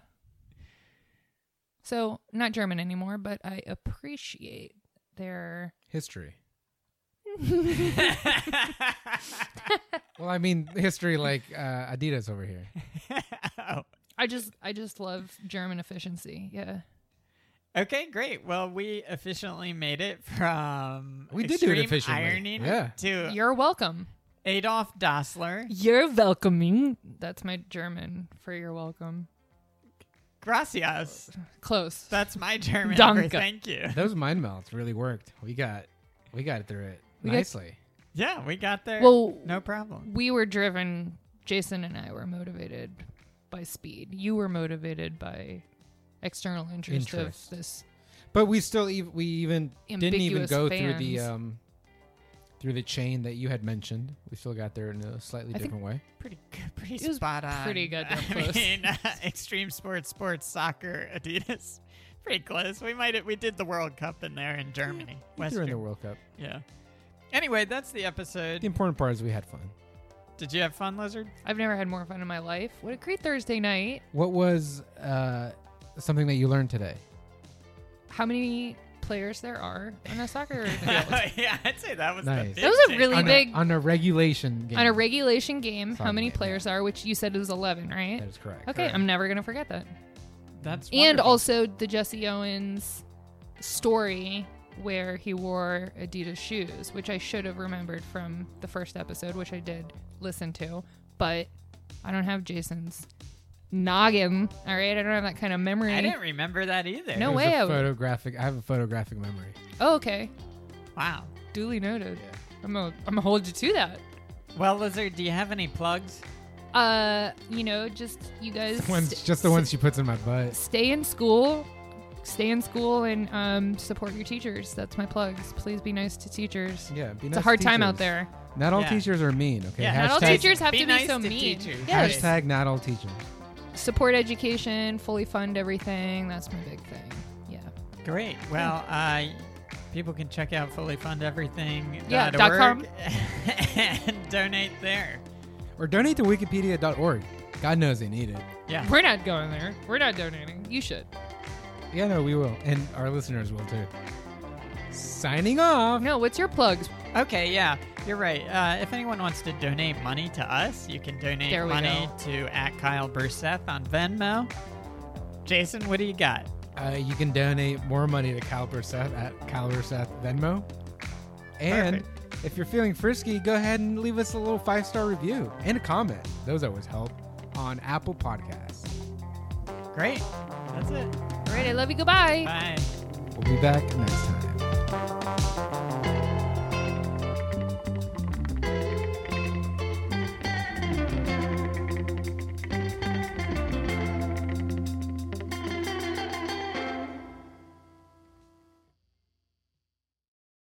[SPEAKER 3] so not german anymore but i appreciate their
[SPEAKER 2] History.
[SPEAKER 1] oh.
[SPEAKER 2] Well, I mean history like uh, Adidas over here.
[SPEAKER 1] Oh,
[SPEAKER 3] i just i just love german efficiency yeah
[SPEAKER 1] Okay, great. Well, we efficiently made it from
[SPEAKER 2] We did do it
[SPEAKER 1] extreme
[SPEAKER 2] efficiently.
[SPEAKER 1] ironing
[SPEAKER 2] Yeah.
[SPEAKER 1] to
[SPEAKER 3] you're welcome
[SPEAKER 1] Adolf Dassler.
[SPEAKER 3] You're welcoming. That's my German for you're welcome.
[SPEAKER 1] Gracias.
[SPEAKER 3] Close.
[SPEAKER 1] That's my German for
[SPEAKER 3] Danke.
[SPEAKER 1] thank you.
[SPEAKER 2] Those mind melts really worked. We got we got through it
[SPEAKER 3] We got-
[SPEAKER 2] nicely.
[SPEAKER 1] Yeah, we got there.
[SPEAKER 3] Well-
[SPEAKER 1] no problem.
[SPEAKER 3] we were driven, Jason and I were motivated by speed. You were motivated by external interest,
[SPEAKER 2] Interest.
[SPEAKER 3] of this.
[SPEAKER 2] But we still ev- we even didn't even
[SPEAKER 3] Ambiguous
[SPEAKER 2] go through the
[SPEAKER 3] fans.
[SPEAKER 2] um through the chain that you had mentioned. We still got there in a slightly
[SPEAKER 3] I think-
[SPEAKER 2] different way.
[SPEAKER 1] Pretty good, pretty
[SPEAKER 3] It was
[SPEAKER 1] spot on.
[SPEAKER 3] pretty goddamn
[SPEAKER 1] I
[SPEAKER 3] close.
[SPEAKER 1] mean, uh, extreme sports, sports, soccer, Adidas. Pretty close. We might have, we did the World Cup in there in Germany.
[SPEAKER 2] During the
[SPEAKER 1] Western.
[SPEAKER 2] World Cup.
[SPEAKER 1] Yeah. Anyway, that's the
[SPEAKER 2] The
[SPEAKER 1] episode.
[SPEAKER 2] important part is we had fun.
[SPEAKER 1] Did you have fun, Lizard?
[SPEAKER 3] I've never had more fun in my life. What a great Thursday night.
[SPEAKER 2] What was uh, something that you learned today?
[SPEAKER 3] How many players there are on a soccer field?
[SPEAKER 1] yeah, I'd say that was the
[SPEAKER 2] Nice.
[SPEAKER 1] big
[SPEAKER 3] That was a
[SPEAKER 1] takeaway.
[SPEAKER 3] really
[SPEAKER 2] on,
[SPEAKER 3] big-
[SPEAKER 2] a, on a regulation game.
[SPEAKER 3] On a regulation game, how
[SPEAKER 2] Soccer
[SPEAKER 3] many
[SPEAKER 2] game,
[SPEAKER 3] players are, which you said it was 11, right?
[SPEAKER 2] That is correct.
[SPEAKER 3] Okay, I'm never going to forget that.
[SPEAKER 1] That's
[SPEAKER 3] and
[SPEAKER 1] wonderful.
[SPEAKER 3] also the Jesse Owens story where he wore Adidas shoes, which I should have remembered from the first episode, which I did listen to, but I don't have Jason's noggin. All right, I don't have that kind of memory.
[SPEAKER 1] I didn't remember that either.
[SPEAKER 3] No
[SPEAKER 2] It was
[SPEAKER 3] way I
[SPEAKER 2] A
[SPEAKER 3] would-
[SPEAKER 2] photographic. I have a photographic memory.
[SPEAKER 3] Oh, okay,
[SPEAKER 1] Wow.
[SPEAKER 3] duly noted. I'm gonna I'm gonna hold you to that.
[SPEAKER 1] Well, Lizard, do you have any plugs?
[SPEAKER 3] Uh, you know, just you guys.
[SPEAKER 2] The ones,
[SPEAKER 3] st-
[SPEAKER 2] just the ones she puts in my butt.
[SPEAKER 3] stay in school stay in school and um, support your teachers that's my plugs please be nice to teachers
[SPEAKER 2] Yeah, be
[SPEAKER 3] it's a
[SPEAKER 2] nice
[SPEAKER 3] hard
[SPEAKER 2] to
[SPEAKER 3] time out
[SPEAKER 2] teachers.
[SPEAKER 3] there
[SPEAKER 2] Not all
[SPEAKER 1] Yeah.
[SPEAKER 2] teachers are mean. Okay.
[SPEAKER 1] Yeah,
[SPEAKER 2] hashtag,
[SPEAKER 3] not all teachers have
[SPEAKER 1] Be
[SPEAKER 3] to be
[SPEAKER 1] nice
[SPEAKER 3] so
[SPEAKER 1] to
[SPEAKER 3] mean
[SPEAKER 1] teachers.
[SPEAKER 3] yes
[SPEAKER 2] Hashtag not all teachers.
[SPEAKER 3] support education fully fund everything that's my big thing yeah
[SPEAKER 1] Great. Well, uh, people can check out fully fund everything. uh,
[SPEAKER 3] Yeah, dot com.
[SPEAKER 1] and donate there.
[SPEAKER 2] Or donate to Wikipedia.org. God knows they need it.
[SPEAKER 1] Yeah.
[SPEAKER 3] we're not going there we're not donating you should
[SPEAKER 2] Yeah, no, we will, and our listeners will too. Signing off.
[SPEAKER 3] no what's your plugs
[SPEAKER 1] Okay, yeah. You're right. Uh, if anyone wants to donate money to us, you can donate
[SPEAKER 3] There we
[SPEAKER 1] money to
[SPEAKER 3] go.
[SPEAKER 1] at Kyle Burseth on Venmo. Jason, what do you got?
[SPEAKER 2] Uh, you can donate more money to Cal Burseth at Cal Burseth Venmo. And if you're feeling frisky, go ahead and leave us a little five star review and a comment. Those always help on Apple Podcasts.
[SPEAKER 1] Great. That's it.
[SPEAKER 3] All right, I love you. Goodbye.
[SPEAKER 1] Bye.
[SPEAKER 2] We'll be back next time.